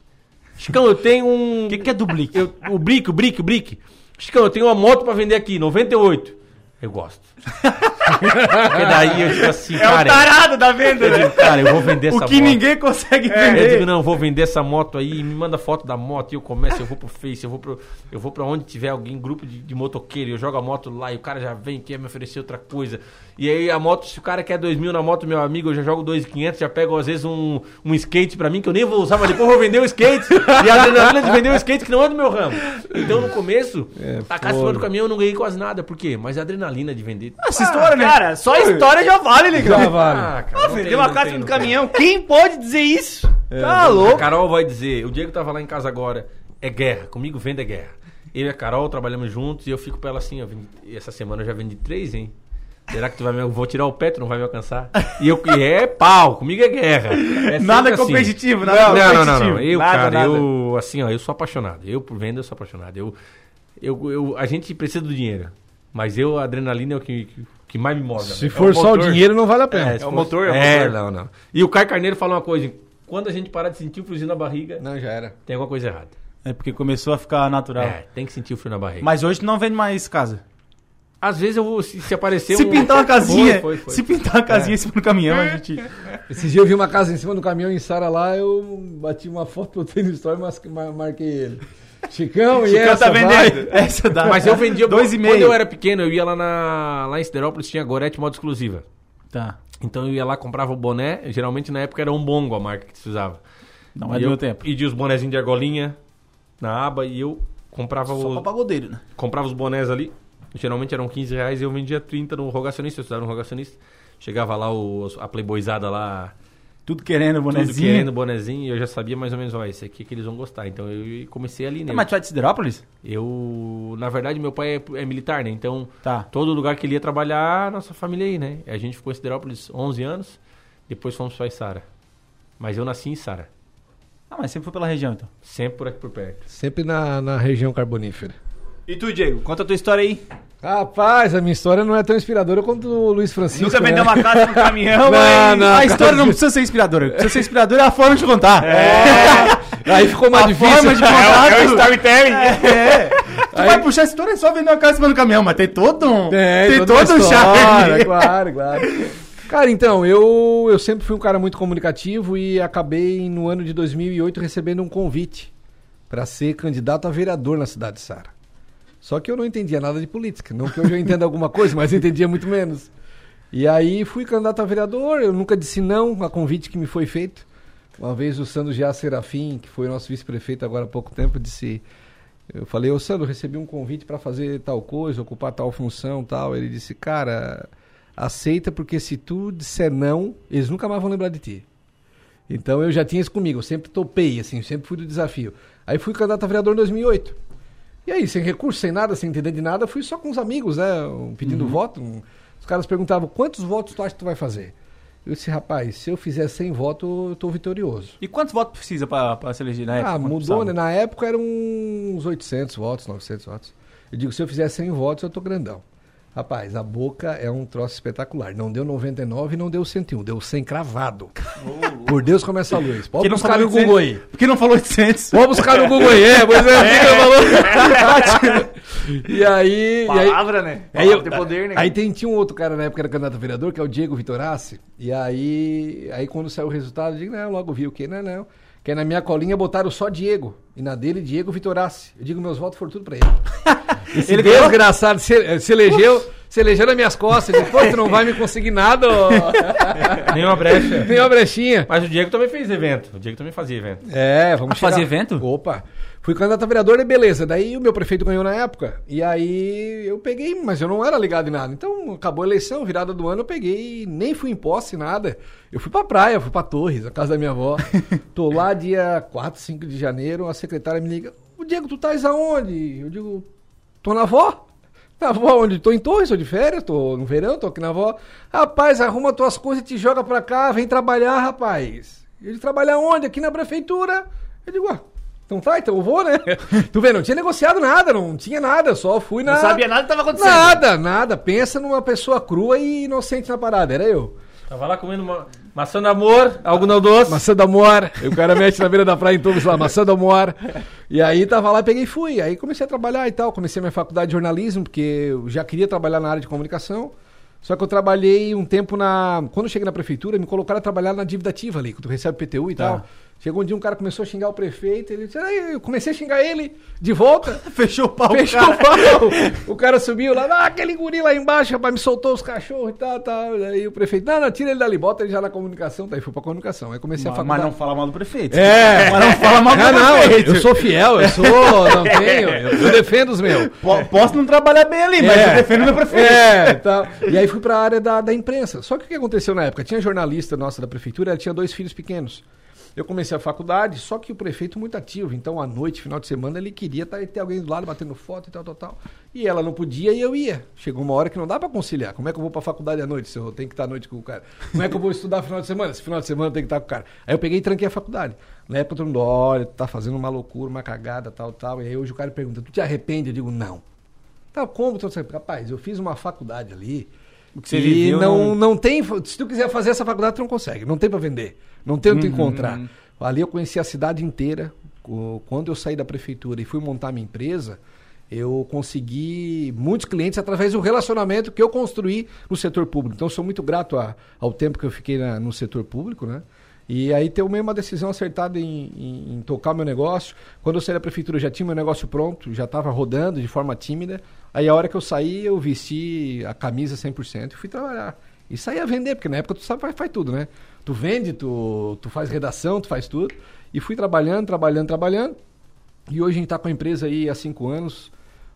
Speaker 7: Chicão, eu tenho um. O que, é do brick? o brick, o brick, o brick. Chicão, eu tenho uma moto pra vender aqui, 98. Eu gosto. Porque daí eu digo assim,
Speaker 4: é o
Speaker 7: cara.
Speaker 4: tarado da venda,
Speaker 7: eu
Speaker 4: né?
Speaker 7: digo, cara, eu vou vender essa
Speaker 5: O que
Speaker 7: moto.
Speaker 5: ninguém consegue
Speaker 4: É,
Speaker 7: Eu digo,
Speaker 5: vender.
Speaker 7: não, eu vou vender essa moto aí, me manda foto da moto, e eu começo, eu vou pro Face, eu vou pro. Eu vou pra onde tiver alguém, grupo de, de motoqueiro, eu jogo a moto lá e o cara já vem, quer me oferecer outra coisa. E aí a moto, se o cara quer dois mil na moto, meu amigo, eu já jogo 2.500, já pego às vezes um, um skate pra mim, que eu nem vou usar, mas depois eu vou vender o skate. e a adrenalina de vender o skate que não é do meu ramo. Então no começo,
Speaker 4: É,
Speaker 7: a casa fora do caminhão eu não ganhei quase nada. Por quê? Mas a adrenalina de vender.
Speaker 4: Ah,
Speaker 5: Essa história, né?
Speaker 4: Cara, só história né, já vale, Ligão.
Speaker 6: Já vale.
Speaker 7: cara,
Speaker 4: Ah,
Speaker 7: não
Speaker 4: vendeu
Speaker 7: tem,
Speaker 4: uma
Speaker 7: não
Speaker 4: casa
Speaker 7: tem,
Speaker 4: no
Speaker 7: não tem.
Speaker 4: caminhão. Quem pode dizer isso? tá louco.
Speaker 7: A Carol vai dizer, o Diego tava lá em casa agora, é guerra, comigo venda é guerra. Eu e a Carol trabalhamos juntos e eu fico pra ela assim, ó, vendi- essa semana eu já vendi três, hein? Será que tu vai me... eu Vou tirar o pé, tu não vai me alcançar? E eu... e é pau, comigo é guerra. É
Speaker 5: Nada
Speaker 7: sempre assim.
Speaker 5: competitivo, nada
Speaker 7: Não, não,
Speaker 5: competitivo.
Speaker 7: não, não, não. Eu,
Speaker 4: Nada,
Speaker 7: cara,
Speaker 4: nada.
Speaker 7: eu, assim, ó, eu sou apaixonado. Eu, por venda, eu sou apaixonado. Eu, eu, eu- a gente precisa do dinheiro, mas eu, a adrenalina é o que, que, que mais me move. né?
Speaker 6: Se for só é o dinheiro, não vale a pena.
Speaker 7: É,
Speaker 4: o motor, é o
Speaker 7: é,
Speaker 4: motor.
Speaker 7: não, não. E o Caio Carneiro fala uma coisa: quando a gente parar de sentir o friozinho na barriga,
Speaker 6: Não, já era.
Speaker 7: tem alguma coisa errada.
Speaker 5: É porque começou a ficar natural.
Speaker 7: É, tem que sentir o frio na barriga.
Speaker 5: Mas hoje tu não vende mais casa.
Speaker 7: Às vezes eu vou, se, se aparecer
Speaker 5: Se
Speaker 7: um-
Speaker 5: pintar uma casinha,
Speaker 7: Foi, foi, foi.
Speaker 5: se pintar uma casinha em cima do caminhão, a gente.
Speaker 6: Esses dias eu vi uma casa em cima do caminhão em Sara lá, eu bati uma foto, botei no story, mas mar- marquei ele. Chicão, e
Speaker 5: Chicão
Speaker 6: essa,
Speaker 5: tá
Speaker 6: vai?
Speaker 5: vendendo. *laughs* Essa dá.
Speaker 7: Mas eu *laughs* vendia
Speaker 5: dois e meio.
Speaker 7: Quando eu era pequeno, eu ia lá na lá em Siderópolis tinha Gorete moda exclusiva.
Speaker 5: Tá.
Speaker 7: Então eu ia lá comprava o boné, geralmente na época era um bongo a marca que se usava.
Speaker 5: Não é
Speaker 7: E
Speaker 5: do
Speaker 7: eu
Speaker 5: meu tempo.
Speaker 7: Pedia os bonezinhos de argolinha na aba e eu comprava
Speaker 5: Só pra
Speaker 7: os,
Speaker 5: pagodeiro, né?
Speaker 7: comprava os bonés ali. Geralmente eram 15 reais e eu vendia 30 no rogacionista, eu estudava no rogacionista. Chegava lá os- a playboyzada lá,
Speaker 5: Tudo querendo,
Speaker 7: tudo
Speaker 5: bonezinho.
Speaker 7: querendo bonezinho, e eu já sabia mais ou menos, ó, esse aqui que eles vão gostar. Então eu comecei ali, né?
Speaker 5: Tá, mas tu é de Siderópolis?
Speaker 7: Eu, na verdade, meu pai é, é militar, né? Então,
Speaker 5: Tá.
Speaker 7: todo lugar que ele ia trabalhar, nossa família aí, né? A gente ficou em Siderópolis 11 anos, depois fomos pra Sara. Mas eu nasci em Sara,
Speaker 5: Ah, mas sempre foi pela região, então.
Speaker 7: sempre por aqui por
Speaker 5: *laughs*
Speaker 7: perto.
Speaker 6: Sempre na, na região carbonífera.
Speaker 4: E tu, Diego, conta a tua história aí.
Speaker 6: Rapaz, a minha história não é tão inspiradora quanto o Luiz Francisco.
Speaker 4: Nunca
Speaker 6: né?
Speaker 4: vendeu uma casa no caminhão,
Speaker 6: Não,
Speaker 4: mas...
Speaker 6: não.
Speaker 5: a história não precisa ser inspiradora. Precisa ser inspiradora é a forma de contar.
Speaker 6: É.
Speaker 5: *laughs*
Speaker 6: Aí ficou mais
Speaker 5: a
Speaker 6: difícil.
Speaker 5: forma de
Speaker 4: é
Speaker 5: contar. tu-
Speaker 4: storytelling.
Speaker 5: É. Tu vai puxar essa história só vender uma casa em cima do caminhão, mas tem todo um. tem
Speaker 6: toda
Speaker 5: todo um
Speaker 6: uma história,
Speaker 5: charme.
Speaker 6: Claro, claro. Cara, então, eu, eu sempre fui um cara muito comunicativo e acabei, no ano de 2008, recebendo um convite para ser candidato a vereador na cidade de Sara. Só que eu não entendia nada de política. Não que hoje eu entenda alguma coisa, mas entendia muito menos. E aí fui candidato a vereador, eu nunca disse não a convite que me foi feito. Uma vez o Sandro Gia Serafim, que foi nosso vice-prefeito agora há pouco tempo, disse. Eu falei, ô Sandro, recebi um convite para fazer tal coisa, ocupar tal função tal. Ele disse, cara, aceita porque se tu disser não, eles nunca mais vão lembrar de ti. Então eu já tinha isso comigo, eu sempre topei, assim, eu sempre fui do desafio. Aí fui candidato a vereador em 2008. E aí, sem recurso, sem nada, sem entender de nada, fui só com os amigos, né? um Pedindo voto. um- Os caras perguntavam, quantos votos tu acha que tu vai fazer? Eu disse, rapaz, se eu fizer 100 votos, eu tô vitorioso.
Speaker 5: E quantos votos precisa pra, pra se eleger na época?
Speaker 6: Ah,
Speaker 5: É, Quanto
Speaker 6: mudou,
Speaker 5: precisava?
Speaker 6: né? Na época eram uns 800 votos, 900 votos. Eu digo, se eu fizer 100 votos, eu tô grandão. Rapaz, a boca é um troço espetacular. Não deu 99 e não deu 101, deu 100 cravado. Por Deus, começa a luz.
Speaker 5: Porque
Speaker 6: Pode
Speaker 5: não
Speaker 6: buscar
Speaker 5: falou
Speaker 6: no Google
Speaker 5: 800.
Speaker 6: aí.
Speaker 5: Por que não falou 800?
Speaker 6: Vou buscar no Google aí, é, pois é,
Speaker 5: *laughs*
Speaker 6: fica falando.
Speaker 5: É.
Speaker 6: *laughs* E aí. e aí-
Speaker 4: Palavra, né?
Speaker 6: Aí, É, eu,
Speaker 4: Palavra tem poder, né?
Speaker 6: aí tem, tinha um outro cara na época que era candidato a vereador, que é o Diego Vitorassi. E aí, aí quando saiu o resultado, eu digo, não, logo vi o quê? Não, não. Que na minha colinha botaram só Diego. E na dele, Diego Vitorassi. Eu digo, meus votos foram tudo pra ele. Esse ele desgraçado se, se elegeu, se elegeu nas minhas costas. Eu digo, pô, tu não vai me conseguir nada, ó.
Speaker 7: Nenhuma brecha.
Speaker 6: Tem uma brechinha.
Speaker 7: Mas o Diego também fez evento, o Diego também fazia evento.
Speaker 6: É, vamos
Speaker 5: Ah, fazia evento?
Speaker 6: Opa. Fui candidato a vereador e beleza. Daí o meu prefeito ganhou na época. E aí eu peguei, mas eu não era ligado em nada. Então acabou a eleição, virada do ano, eu peguei, nem fui em posse, nada. Eu fui pra praia, fui pra Torres, a casa da minha avó. Tô lá dia 4, 5 de janeiro, a secretária me liga: O Diego, tu tais aonde? Eu digo: Tô na avó. Na avó, Tá onde? Tô em Torres, tô de férias, tô no verão, tô aqui na avó. Rapaz, arruma tuas coisas e te joga pra cá, vem trabalhar, rapaz. Ele trabalha onde? Aqui na prefeitura. Eu digo, ué, então tá, então eu vou,
Speaker 4: *laughs*
Speaker 6: né? tu vê, não tinha negociado nada, não tinha nada, só fui na.
Speaker 4: Não sabia nada que tava acontecendo.
Speaker 6: Nada, nada. Pensa numa pessoa crua e inocente na parada, era eu.
Speaker 7: Tava lá comendo ma- maçã do amor, algodão doce.
Speaker 6: Maçã da Moar. Aí O cara mete na beira da praia em Torres lá, maçã da Moar. E aí tava lá, peguei e fui. Aí comecei a trabalhar e tal. Comecei minha faculdade de jornalismo, porque eu já queria trabalhar na área de comunicação. Só que eu trabalhei um tempo na. Quando eu cheguei na prefeitura, me colocaram a trabalhar na dívida ativa ali, que tu recebe PTU
Speaker 5: Tá.
Speaker 6: e tal. Chegou um dia, um cara começou a xingar o prefeito. Ele disse, "Ai, eu comecei a xingar ele de volta.
Speaker 5: Fechou *laughs* o pau,
Speaker 6: Fechou
Speaker 5: cara.
Speaker 6: o pau. O cara subiu lá, ah, aquele guri lá embaixo, rapaz, me soltou os cachorros e tal, tal. Aí o prefeito, não, não, tira ele dali, bota ele já na comunicação. Daí fui pra comunicação. Aí comecei a
Speaker 5: Mas, Ah, mas
Speaker 6: faculdade.
Speaker 5: não fala mal do prefeito.
Speaker 6: É.
Speaker 5: Mas não fala mal do
Speaker 6: Ah, não,
Speaker 5: prefeito.
Speaker 6: eu sou fiel, eu sou, não tenho, eu, eu defendo os meus.
Speaker 4: É.
Speaker 5: Po- Posso não trabalhar bem ali, É, mas eu defendo meu prefeito.
Speaker 6: *laughs* É, tal. E aí fui pra área da, da imprensa. Só que o que aconteceu na época? Tinha jornalista nossa da prefeitura, ela tinha dois filhos pequenos. Eu comecei a faculdade, só que o prefeito muito ativo. Então, à noite, final de semana, ele queria tá- ter alguém do lado batendo foto e tal, tal, tal. E ela não podia e eu ia. Chegou uma hora que não dá pra conciliar. Como é que eu vou pra faculdade à noite se eu tenho que estar à noite com o cara? Como é que eu vou estudar final de semana? Se final de semana eu tenho que estar com o cara. Aí eu peguei e tranquei a faculdade. Na época todo mundo, olha, tu tá fazendo uma loucura, uma cagada, tal, tal. E aí hoje o cara pergunta, tu te arrepende? Eu digo, não. Tá, como? Então, você- Rapaz, eu fiz uma faculdade ali.
Speaker 5: que você
Speaker 6: e
Speaker 5: viveu
Speaker 6: não,
Speaker 5: não-
Speaker 6: não tem. Se tu quiser fazer essa faculdade, tu não consegue. Não tem pra vender. Não tem
Speaker 5: Uhum,
Speaker 6: onde tu encontrar. Ali eu conheci a cidade inteira. Co- Quando eu saí da prefeitura e fui montar minha empresa, Eu consegui muitos clientes através do relacionamento que eu construí no setor público. Então, eu sou muito grato a- ao tempo que eu fiquei na- no setor público, né? E aí tomei uma decisão acertada em, em- em tocar meu negócio. Quando eu saí da prefeitura, eu já tinha meu negócio pronto, já estava rodando de forma tímida. Aí a hora que eu saí, eu vesti a camisa 100% e fui trabalhar. E saí a vender, porque na época tu sabe, faz, faz tudo, né? Tu vende, tu, tu faz redação, tu faz tudo. E fui trabalhando, trabalhando, trabalhando. E hoje a gente está com a empresa aí há cinco anos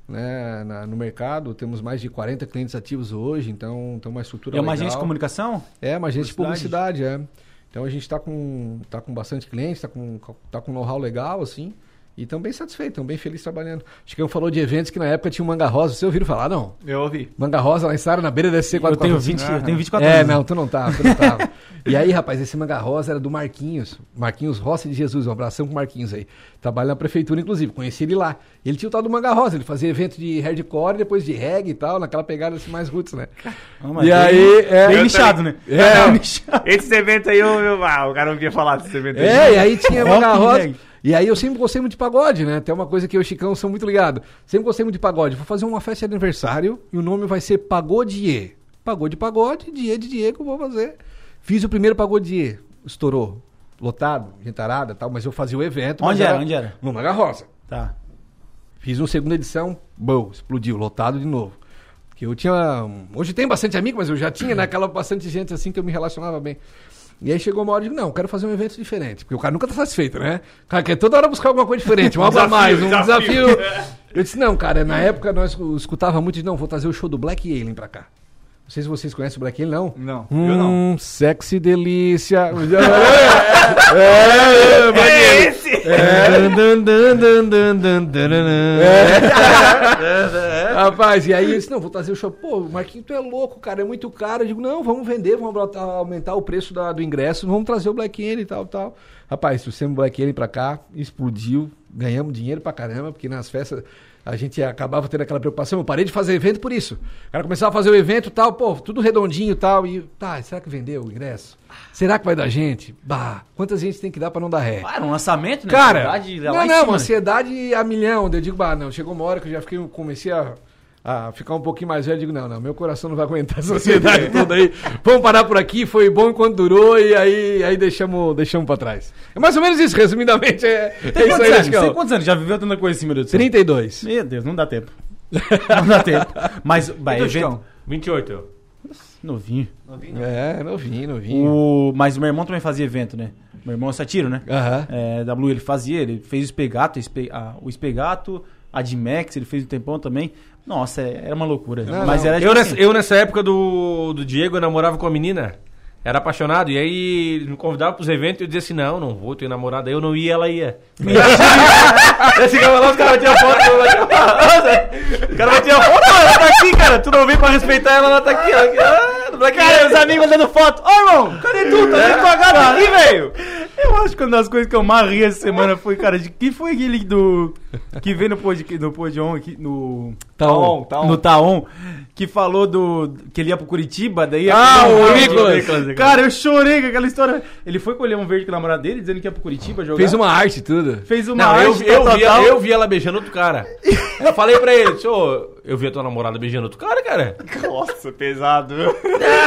Speaker 6: né, na- no mercado. Temos mais de 40 clientes ativos hoje, então tem uma estrutura
Speaker 5: É uma
Speaker 6: legal.
Speaker 5: agência de comunicação?
Speaker 6: É, uma agência de
Speaker 5: Publicidade.
Speaker 6: publicidade, é. Então a gente está com, tá com bastante clientes, está com, tá com um know-how legal, assim. E estão bem satisfeitos, estão bem felizes trabalhando. Chicão falou de eventos que na época tinha o Manga Rosa. Vocês ouviram falar, não?
Speaker 4: Eu ouvi.
Speaker 6: Manga Rosa lá em Sara, na beira da SC445.
Speaker 5: Eu tenho, 20, eu tenho 24
Speaker 6: É,
Speaker 5: anos.
Speaker 6: não, tu não tava, tu não tava. *laughs* e aí, rapaz, esse manga rosa era do Marquinhos. Marquinhos Rossi de Jesus, um abração pro Marquinhos aí. Trabalha na prefeitura, inclusive, conheci ele lá. Ele tinha o tal do manga rosa, ele fazia evento de hardcore, depois de reggae e tal, naquela pegada assim mais roots, né?
Speaker 5: Não, Ah, mas
Speaker 6: e
Speaker 5: bem-
Speaker 6: aí, é-
Speaker 5: Bem lixado, né?
Speaker 6: É.
Speaker 5: lixado.
Speaker 4: Esse evento aí, eu, eu- ah, o cara não queria falar desse evento aí.
Speaker 6: É, e aí tinha
Speaker 5: Rock
Speaker 6: manga
Speaker 5: and
Speaker 6: rosa.
Speaker 5: reggae.
Speaker 6: E aí eu sempre gostei muito de pagode, né? Tem uma coisa que eu e o Chicão são muito ligados. Sempre gostei muito de pagode. Vou fazer uma festa de aniversário e o nome vai ser Pagodier. Pagode, pagode, dia de dia que eu vou fazer. Fiz o primeiro Pagodier. Estourou. Lotado, gentarada e tal, mas eu fazia o evento. mas
Speaker 5: Onde era? Onde era?
Speaker 6: No Manga Rosa.
Speaker 5: Tá.
Speaker 6: Fiz uma segunda edição, bom, explodiu, lotado de novo. Que eu tinha. hum, Hoje tem bastante amigo, mas eu já tinha naquela bastante gente assim que eu me relacionava bem. E aí chegou uma hora e digo, não, eu quero fazer um evento diferente. Porque o cara nunca tá satisfeito, né? O cara quer toda hora buscar alguma coisa diferente, *laughs* um algo a mais, um desafio. *laughs* Eu disse, não, cara, na época nós escutava muito de não, vou trazer o show do Black Alien pra cá. Não sei se vocês conhecem o Black Alien, não.
Speaker 4: Não,
Speaker 5: Um-
Speaker 6: Hum,
Speaker 4: eu não.
Speaker 6: sexy *laughs* delícia.
Speaker 4: É esse!
Speaker 6: Rapaz, e aí eu disse, não, vou trazer o show. Pô, Marquinhos, tu é louco, cara, é muito caro. Eu digo, não, vamos vender, vamos botar- aumentar o preço da- do ingresso, vamos trazer o Black Alien e tal, tal. Rapaz, trouxemos o Black Alien pra cá, explodiu, ganhamos dinheiro pra caramba, porque nas festas a gente acabava tendo aquela preocupação. Eu parei de fazer evento por isso. O cara começava a fazer o evento e tal, pô, tudo redondinho e tal. E, tá, será que vendeu o ingresso? Será que vai dar gente? Bah, quantas gente tem que dar pra não dar ré?
Speaker 5: Ah, era um lançamento, né?
Speaker 6: Cara,
Speaker 5: Verdade, lá
Speaker 6: não,
Speaker 5: em
Speaker 6: não, é
Speaker 5: cima, né?
Speaker 6: ansiedade a milhão. Daí Eu digo, bah, não, chegou uma hora que eu já fiquei, comecei a, a ficar um pouquinho mais velho. Eu digo, não, não, meu coração não vai aguentar essa
Speaker 5: *laughs*
Speaker 6: ansiedade toda aí. Vamos parar por aqui, foi bom enquanto durou e aí, aí deixamos, deixamos pra trás. É mais ou menos isso, resumidamente, é, é
Speaker 5: Tem
Speaker 6: isso
Speaker 5: quantos
Speaker 6: aí,
Speaker 5: anos? Tem
Speaker 6: Chico.
Speaker 5: quantos anos? Já viveu tanta coisa assim, meu Deus do céu?
Speaker 6: 32.
Speaker 5: Meu Deus, não dá tempo. Não dá tempo.
Speaker 4: *laughs*
Speaker 5: Mas, vai,
Speaker 4: Então,
Speaker 5: evento...
Speaker 4: Chicão,
Speaker 7: 28, eu.
Speaker 5: Novinho.
Speaker 6: É, novinho, novinho.
Speaker 5: O... Mas o meu irmão também fazia evento, né? Meu irmão é satiro, né?
Speaker 6: Aham.
Speaker 5: É, da Blue ele fazia, ele fez o Espegato, espe- a- o Espegato, a Dimex, ele fez um tempão também. Nossa, é- era uma loucura. mas era
Speaker 7: Eu
Speaker 5: tipo
Speaker 7: nessa,
Speaker 5: assim,
Speaker 7: eu nessa época do, do Diego, eu namorava com a menina. Era apaixonado. E aí ele me convidava pros eventos e eu dizia assim: não, não vou ter namorada. Eu não ia,
Speaker 5: *laughs*
Speaker 7: ela ia. Aí chegava lá, os caras batiam a foto. eu lá, Nossa, O cara batia a foto, *laughs* "Ó, ela tá aqui, cara. Tu não vem pra respeitar ela, ela tá aqui. ó. Ah, não vai
Speaker 5: Cara,
Speaker 7: querer.
Speaker 5: os amigos dando foto. Ô, irmão, cadê tu? Tá dentro da gata ali, velho. Eu acho que uma das coisas que eu mais ri essa semana foi, cara, de quem foi aquele do... Que veio no pod, no pod on aqui, no...
Speaker 6: Taon,
Speaker 5: Taon. No Taon, que falou do... Que ele ia pro Curitiba, daí... ia
Speaker 6: Ah,
Speaker 5: pro-
Speaker 6: o
Speaker 5: Ah,
Speaker 6: Nicolas.
Speaker 5: Cara, eu chorei com aquela história. Ele foi colher um verde com o namorado dele, dizendo que ia pro Curitiba jogar.
Speaker 6: Fez uma arte e tudo.
Speaker 5: Fez uma
Speaker 7: Não, eu,
Speaker 5: arte,
Speaker 7: eu,
Speaker 5: tal,
Speaker 7: vi,
Speaker 5: tal,
Speaker 7: eu vi ela beijando
Speaker 6: *laughs*
Speaker 7: outro cara. Eu falei pra ele, senhor, eu vi a tua namorada beijando outro cara, cara.
Speaker 4: Nossa, pesado.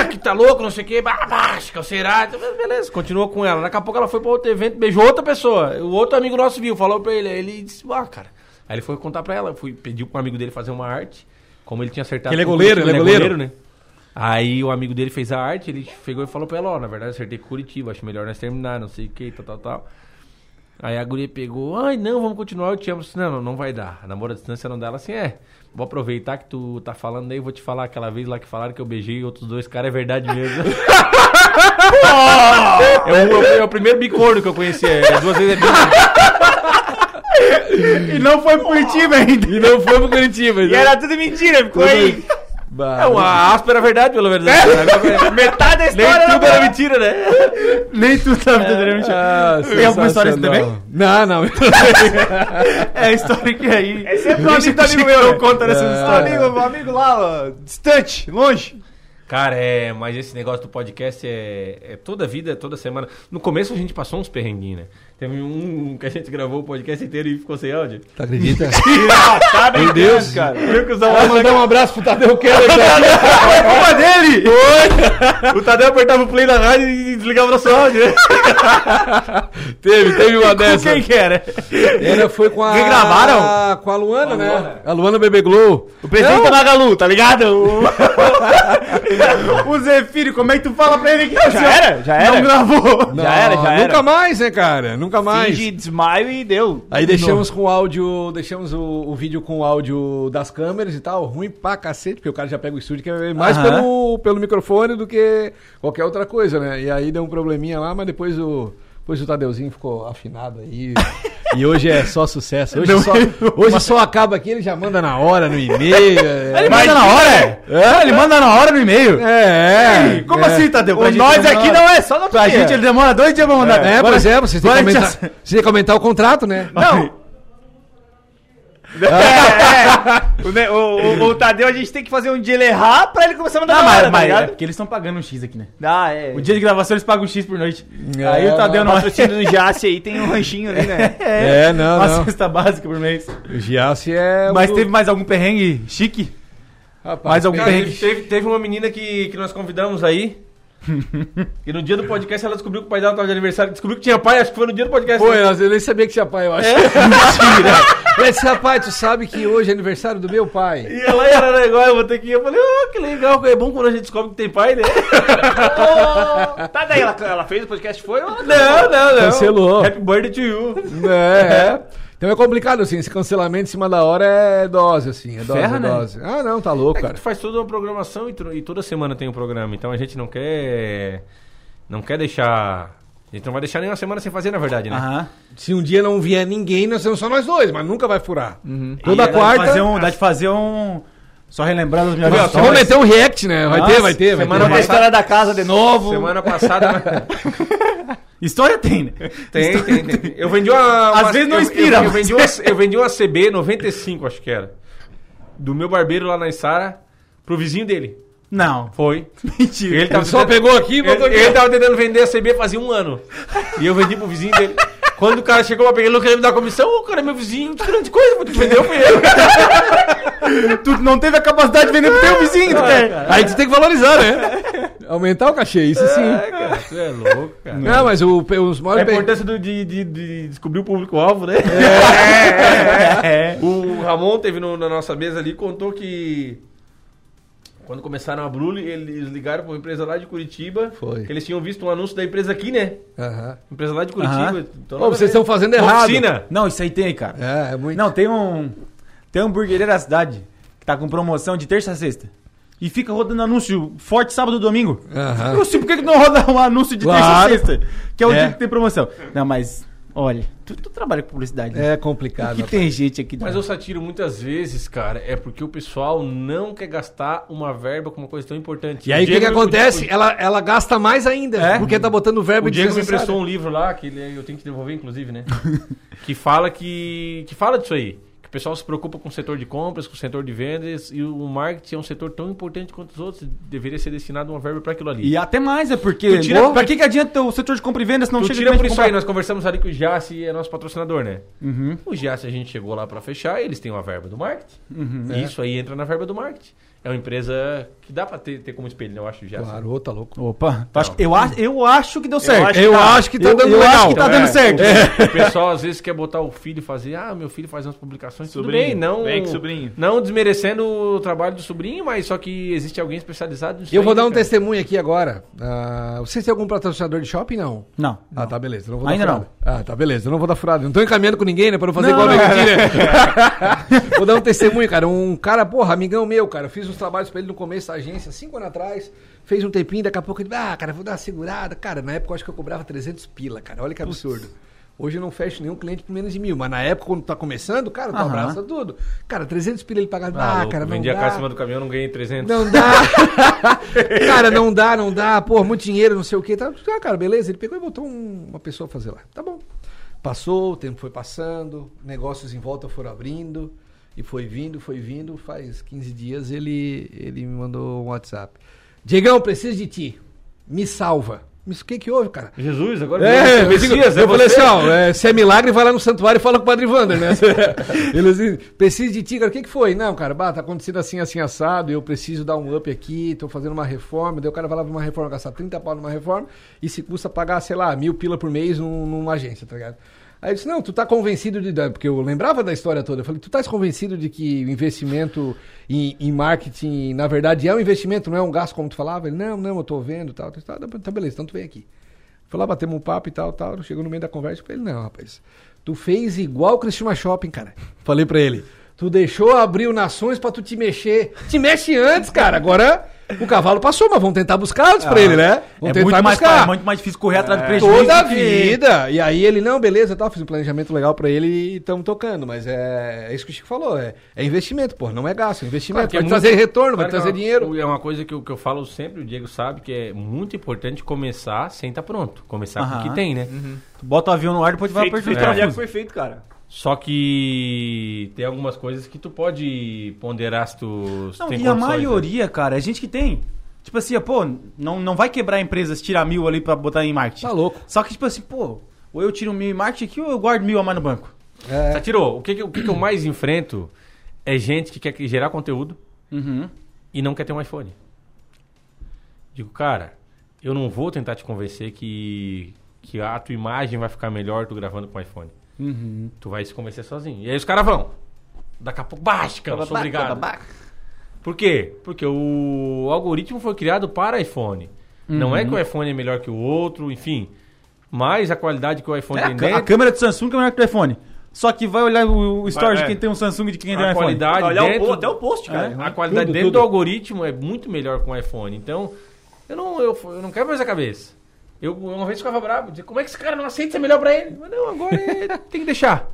Speaker 7: Ah, que tá louco, não sei o que, babasca, será? Então, Beleza, continuou com ela. Daqui a pouco ela foi pra outro evento, beijou outra pessoa. O outro amigo nosso viu, falou pra ele. aí Ele disse, ah, cara. Aí ele foi contar pra ela, fui, pediu pra um amigo dele fazer uma arte. Como ele tinha acertado.
Speaker 6: Ele é
Speaker 7: com o
Speaker 6: goleiro,
Speaker 7: Curitiba,
Speaker 6: ele é
Speaker 7: né? Aí o amigo dele fez a arte, ele chegou e falou pra ela, ó, na verdade acertei com Curitiba, acho melhor nós terminar, não sei o que, tal, tal, tal. Aí a guria pegou, ai não, vamos continuar, eu te amo. Eu disse, Não, não, não vai dar. A namoro à distância não dá. Ela assim, é, vou aproveitar que tu tá falando aí, vou te falar aquela vez lá que falaram que eu beijei outros dois caras, é verdade mesmo. é, o, é o primeiro bicorno que eu conheci, é, duas vezes é bicorno.
Speaker 5: E não foi pro Curitiba ainda.
Speaker 6: E não foi pro Curitiba.
Speaker 5: *laughs*
Speaker 6: né?
Speaker 5: E era tudo mentira, ficou aí.
Speaker 7: É uma áspera verdade, pelo menos. Metade da história tudo era mentira, né?
Speaker 5: Nem tu sabe verdadeiramente. Tem alguma história assim também?
Speaker 6: ah, Não, não.
Speaker 5: *laughs* É a história que aí. É sempre
Speaker 4: um amigo do amigo meu.
Speaker 5: É. conta essas
Speaker 4: Amigo, meu amigo lá, ó, distante, longe.
Speaker 7: Cara, é, mas esse negócio do podcast é, é toda vida, é toda semana. No começo a gente passou uns perrenguinhos, né? Teve um que a gente gravou o podcast inteiro e ficou sem áudio.
Speaker 6: Tu acredita?
Speaker 4: Tá Meu Deus, cara.
Speaker 7: Viu que os
Speaker 6: Vou mandar um abraço pro Tadeu
Speaker 7: *laughs*
Speaker 6: Keller. cara.
Speaker 7: Foi culpa dele! É. Foi! *laughs* O Tadeu apertava o play na rádio e desligava o nosso áudio. teve, teve *laughs* uma dessa. Quem que era?
Speaker 6: Ela foi com a.
Speaker 7: Regravaram?
Speaker 6: Com a Luana, né? A Luana Bebê Glow.
Speaker 7: O presidente da Magalu, tá ligado?
Speaker 5: O Zefiro, como é que tu fala pra ele que já
Speaker 4: era? Já era?
Speaker 5: Não gravou.
Speaker 4: Já era, já era.
Speaker 6: Nunca mais, né, cara? Nunca mais.
Speaker 4: Finge desmaio e deu.
Speaker 6: Aí deixamos com o áudio, deixamos o, o vídeo com o áudio das câmeras e tal, ruim pra cacete, porque o cara já pega o estúdio, que é mais
Speaker 5: Aham.
Speaker 6: pelo, pelo microfone do que qualquer outra coisa, né? E aí deu um probleminha lá, mas depois o, depois o Tadeuzinho ficou
Speaker 5: *laughs*
Speaker 6: afinado aí. e hoje é só sucesso. Hoje,
Speaker 5: é?
Speaker 6: só, hoje só acaba aqui, ele já manda na hora, no e-mail.
Speaker 5: Ele
Speaker 6: É,
Speaker 5: manda na hora, é? Ah, Ele manda na hora no e-mail.
Speaker 6: é, é.
Speaker 5: Como assim, Tadeu? Pra
Speaker 4: O
Speaker 5: gente
Speaker 4: nós
Speaker 5: demora-
Speaker 4: aqui não é só no
Speaker 5: Pra gente ele demora dois dias pra mandar.
Speaker 6: É,
Speaker 5: Agora-
Speaker 6: pois é, vocês têm que
Speaker 5: agora a
Speaker 6: aumentar,
Speaker 5: gente já-
Speaker 6: vocês têm que aumentar o contrato, né?
Speaker 4: Não. É, é. O, ne- o- o- o Tadeu, a gente tem que fazer um dia ele errar pra ele começar a mandar
Speaker 5: Não,
Speaker 4: na
Speaker 5: mas,
Speaker 4: hora, tá
Speaker 5: mas é
Speaker 4: ligado?
Speaker 5: porque eles estão pagando um X aqui, né?
Speaker 4: Ah, é.
Speaker 5: O dia de gravação eles pagam um X por noite.
Speaker 6: É,
Speaker 5: Aí o Tadeu
Speaker 4: O
Speaker 5: não
Speaker 4: patrocínio do Jace aí tem
Speaker 5: *laughs*
Speaker 4: um ranchinho ali, né?
Speaker 6: É, não, Então,
Speaker 5: Uma cesta básica por mês.
Speaker 6: O Giassi é.
Speaker 5: Mas
Speaker 6: o-
Speaker 5: teve mais algum perrengue chique?
Speaker 6: Rapaz,
Speaker 5: Mais algum
Speaker 7: Cara,
Speaker 5: perrengue
Speaker 7: teve, teve- teve uma menina que, que nós convidamos aí. e no dia do podcast ela descobriu que o pai dela tava de aniversário. Descobriu que tinha pai, acho que foi né? no dia do podcast.
Speaker 6: Foi, eu nem sabia que tinha pai, eu acho. *laughs* Mentira. Ele disse, rapaz, tu sabe que hoje é aniversário do meu pai.
Speaker 7: E ela era legal, eu vou ter que ir. Eu falei, ah, que legal, é bom quando a gente descobre que tem pai, né?
Speaker 4: *laughs* Tá daí, ela, ela fez o podcast, foi? ou não?
Speaker 7: não, não, não.
Speaker 6: Cancelou.
Speaker 7: Happy birthday to you.
Speaker 6: É, é. Então é complicado, assim, esse cancelamento em cima da hora é dose, assim, é dose,
Speaker 5: Ferra,
Speaker 6: é
Speaker 5: né?
Speaker 6: dose. Ah, não, tá louco,
Speaker 7: Cara,
Speaker 6: cara.
Speaker 7: tu faz toda uma programação e, tu- e toda semana tem um programa. Então a gente não quer. Não quer deixar. A gente não vai deixar nenhuma semana sem fazer, na verdade, né?
Speaker 5: Aham.
Speaker 6: Se um dia não vier ninguém, nós somos só nós dois, mas nunca vai furar.
Speaker 5: Dá
Speaker 6: Uhum. Toda
Speaker 5: de
Speaker 6: quarta...
Speaker 5: Fazer um, dá de fazer um. Só relembrando as minhas
Speaker 6: Vamos
Speaker 5: versões.
Speaker 6: meter um react, né? Vai
Speaker 5: Nossa,
Speaker 6: ter, vai ter, vai
Speaker 7: semana
Speaker 6: ter.
Speaker 4: A história da casa de novo.
Speaker 7: Semana passada. *laughs*
Speaker 5: História tem, né?
Speaker 7: tem, tem, tem. Eu vendi uma.
Speaker 5: Às
Speaker 7: uma-
Speaker 5: vezes não
Speaker 7: eu-
Speaker 5: inspira,
Speaker 7: Eu, eu,
Speaker 5: mas-
Speaker 7: vendi uma, eu vendi uma CB 95, acho que era. Do meu barbeiro lá na Isara pro vizinho dele.
Speaker 5: Não.
Speaker 7: Foi.
Speaker 5: Mentira.
Speaker 7: Ele tava
Speaker 6: Só pegou aqui e botou
Speaker 7: Ele,
Speaker 6: aqui.
Speaker 7: ele tava tentando vender a CB fazia um ano. E eu vendi pro vizinho dele. Quando o cara chegou pra pegar, ele não queria me dar comissão. Ô, cara, é meu vizinho, que grande coisa, vou te vender, eu fui eu.
Speaker 5: Tu não teve a
Speaker 6: Tá
Speaker 5: capacidade de vender pro teu vizinho, tu quer?
Speaker 6: um né? Aí tu tem que valorizar, né? É. *laughs* Aumentar o cachê, isso sim.
Speaker 7: cara, tu é louco, cara.
Speaker 6: Não, é mas o, os
Speaker 7: A
Speaker 6: maiores... pe-
Speaker 7: importância do- de, de- de descobrir o público-alvo, né?
Speaker 5: É.
Speaker 7: O Ramon teve no- na nossa mesa ali contou que quando começaram a Brulli, eles ligaram pra uma empresa lá de Curitiba.
Speaker 6: Foi.
Speaker 7: Que eles tinham visto um anúncio da empresa aqui, né?
Speaker 6: Aham.
Speaker 7: Empresa lá de Curitiba.
Speaker 5: Aham.
Speaker 7: então,
Speaker 6: Pô, vocês estão fazendo errado.
Speaker 7: Oficina.
Speaker 5: Não, isso aí tem, cara.
Speaker 6: É, é muito.
Speaker 5: Não, tem um. Tem um hamburgueria da cidade que tá com promoção de terça a sexta. E fica rodando anúncio forte sábado e domingo.
Speaker 6: Aham.
Speaker 5: Eu sei, por que, que não roda um anúncio de
Speaker 6: Claro.
Speaker 5: terça a sexta? Que é o
Speaker 6: É.
Speaker 5: dia que tem promoção. Não, mas, olha, tu, tu trabalha com publicidade. né?
Speaker 6: É complicado.
Speaker 5: Que tem gente aqui.
Speaker 7: Mas eu satiro muitas vezes, cara, é porque o pessoal não quer gastar uma verba com uma coisa tão importante.
Speaker 6: E aí o que,
Speaker 7: Diego-
Speaker 6: que acontece? Ela, ela gasta mais ainda, porque tá botando
Speaker 5: é
Speaker 6: verbo
Speaker 7: O Diego me
Speaker 6: desnecessário.
Speaker 7: emprestou um livro lá, que ele- eu tenho que devolver, inclusive,
Speaker 5: *laughs*
Speaker 7: né? que fala que. que fala disso aí. Que o pessoal se preocupa com o setor de compras, com o setor de vendas, e o marketing é um setor tão importante quanto os outros. Deveria ser destinado uma verba para aquilo ali.
Speaker 5: E até mais, é porque.
Speaker 7: Tu tira-
Speaker 5: Pô, pra que, que adianta o setor de compra e venda se não
Speaker 7: Tu
Speaker 5: chega
Speaker 7: tira
Speaker 5: cliente
Speaker 7: por Então, isso
Speaker 5: comprar?
Speaker 6: né?
Speaker 7: aí, nós conversamos ali que o Jace é nosso patrocinador, né?
Speaker 5: Uhum.
Speaker 7: O Giassi a gente chegou lá para fechar, eles têm uma verba do marketing.
Speaker 5: Uhum.
Speaker 7: E Isso aí entra na verba do marketing. É uma empresa que dá para ter, ter como espelho, né? eu acho, o Giassi.
Speaker 6: Claro, ô, tá louco.
Speaker 5: Opa, tu acha- eu, acho, eu acho que deu certo.
Speaker 6: Eu acho que tá
Speaker 5: Eu-
Speaker 6: dando
Speaker 5: eu
Speaker 6: legal.
Speaker 5: acho que tá dando certo.
Speaker 6: *laughs*
Speaker 7: É, O pessoal às vezes quer botar o filho e fazer, ah, meu filho faz umas publicações, tudo bem, não,
Speaker 4: Vem que sobrinho.
Speaker 7: não desmerecendo o trabalho do sobrinho, mas só que existe alguém especializado nisso.
Speaker 6: Eu vou
Speaker 7: aí,
Speaker 6: dar um
Speaker 7: né, cara?
Speaker 6: testemunho aqui agora. Ah, vocês têm algum patrocinador de shopping? Não.
Speaker 5: Não.
Speaker 6: Ah, tá, beleza. Não vou
Speaker 5: Ainda
Speaker 6: dar
Speaker 5: não.
Speaker 6: furada. Ah, tá, beleza. Eu não vou dar furada. Não tô encaminhando com ninguém, né? Pra não fazer
Speaker 5: Não,
Speaker 6: igual o
Speaker 5: *laughs*
Speaker 6: Neguinho, né? Vou dar um testemunho, cara. Um cara, porra, amigão meu, cara. Eu fiz uns trabalhos pra ele no começo da agência, cinco anos atrás. Fez um tempinho, daqui a pouco ele... Ah, cara, vou dar uma segurada. Cara, na época eu acho que eu cobrava 300 pila, cara. Olha que absurdo. Hoje eu não fecho nenhum cliente por menos de mil. Mas na época, quando tá começando, cara, tu
Speaker 5: Aham.
Speaker 6: abraça tudo. Cara, 300 pila ele pagava.
Speaker 7: Ah,
Speaker 6: Ah,
Speaker 7: louco,
Speaker 6: cara, não
Speaker 7: Vendi a
Speaker 6: dá.
Speaker 7: casa em cima do caminhão, não ganhei 300.
Speaker 6: Não dá. cara, não dá, não dá. Pô, muito dinheiro, não sei o quê. Tá, ah, cara, beleza. Ele pegou e botou um- uma pessoa pra fazer lá. Tá bom. Passou, o tempo foi passando, negócios em volta foram abrindo. E foi vindo, foi vindo. Faz 15 dias ele, ele me mandou um WhatsApp. Diegão, preciso de ti. Me salva. Mas o que que houve, cara?
Speaker 7: Jesus, agora.
Speaker 6: É,
Speaker 7: o
Speaker 6: Messias, eu
Speaker 7: é
Speaker 6: falei
Speaker 7: você?
Speaker 6: assim, ó, é, se é milagre, vai lá no santuário e fala com o Padre Wander,
Speaker 7: *laughs*
Speaker 6: né? Ele assim, preciso de ti, cara, o que que foi? Não, cara, bah, tá acontecendo assim, assim, assado, eu preciso dar um up aqui, tô fazendo uma reforma, daí o cara vai lá pra uma reforma, gastar 30 pau numa reforma, e se custa pagar, sei lá, mil pila por mês num- numa agência, tá ligado? Aí eu disse, não, tu tá convencido de... dar- Porque eu lembrava da história toda. Eu falei, tu tá convencido de que o investimento em, em marketing, na verdade, é um investimento, não é um gasto, como tu falava? Ele, não, não, eu tô vendo, tal, tal, tal. Tá, beleza, então tu vem aqui. Foi lá, batemos um papo e tal, tal. Chegou no meio da conversa e falei, não, rapaz, tu fez igual o Cristina Shopping, cara. Falei pra ele. Tu deixou abrir o Nações pra tu te mexer. Te mexe antes, cara. Agora o cavalo passou, mas vamos tentar buscar antes pra ele, né? Vamos
Speaker 5: é
Speaker 6: tentar
Speaker 5: muito mais,
Speaker 6: buscar. É.
Speaker 5: fácil, muito mais difícil correr atrás do prejuízo.
Speaker 6: Toda a
Speaker 5: do que-
Speaker 6: vida. E aí ele, não, beleza, tal, fiz um planejamento legal pra ele e estamos tocando. Mas é, é isso que o Chico falou, é, é investimento, pô, não é gasto, é investimento.
Speaker 7: Claro que é
Speaker 6: vai
Speaker 7: muito-
Speaker 6: trazer retorno, vai
Speaker 7: claro que é
Speaker 6: trazer
Speaker 7: uma-
Speaker 6: dinheiro.
Speaker 7: É uma coisa que eu, que eu falo sempre, o Diego sabe, que é muito importante começar sem estar pronto. Começar com o que
Speaker 5: Aham.
Speaker 7: tem, né?
Speaker 5: Tu bota o avião no ar e depois tu vai
Speaker 4: Feito,
Speaker 5: apertar o
Speaker 4: feito, aliás,
Speaker 5: parafuso.
Speaker 4: perfeito, cara.
Speaker 7: Só que tem algumas coisas que tu pode ponderar se tu se
Speaker 5: Não,
Speaker 7: tem
Speaker 5: e a
Speaker 7: condições, né?
Speaker 5: maioria, cara, é gente que tem. Tipo assim, pô, não, não vai quebrar empresas, tirar mil ali pra botar em marketing.
Speaker 6: Tá louco.
Speaker 5: Só que, tipo assim, pô, ou eu tiro mil em marketing aqui ou eu guardo mil a mais no banco.
Speaker 7: Tá, tirou. O que, que- o que que eu mais enfrento é gente que quer que- gerar conteúdo
Speaker 5: Uhum.
Speaker 7: e não quer ter um iPhone. Digo, cara, eu não vou tentar te convencer que, que a tua imagem vai ficar melhor tu gravando com iPhone.
Speaker 6: Uhum.
Speaker 7: Tu vai se convencer sozinho. E aí os caras vão. Daqui a pouco, baixa, cara, eu sou obrigado. Por quê? Porque o algoritmo foi criado para iPhone. Não é que
Speaker 5: Uhum.
Speaker 7: o iPhone é melhor que o outro, enfim. Mas a qualidade que o iPhone
Speaker 5: É, a,
Speaker 7: tem
Speaker 5: ca- a
Speaker 7: dentro,
Speaker 5: câmera do Samsung é melhor que o iPhone. Só que vai olhar o, o
Speaker 4: Vai,
Speaker 5: storage
Speaker 4: é.
Speaker 5: de quem tem um Samsung e de quem tem um
Speaker 7: a
Speaker 5: iPhone.
Speaker 7: qualidade
Speaker 4: Olha, o
Speaker 7: dentro...
Speaker 4: po- até o post, cara.
Speaker 7: A qualidade
Speaker 6: É, né? Tudo,
Speaker 7: dentro
Speaker 6: tudo.
Speaker 7: do algoritmo é muito melhor com o iPhone. Então, eu não, eu, eu não quero mais a cabeça. Eu uma vez ficava bravo, dizia, como é que esse cara não aceita ser melhor pra ele? Mas não, agora
Speaker 6: *laughs*
Speaker 7: é- tem que deixar.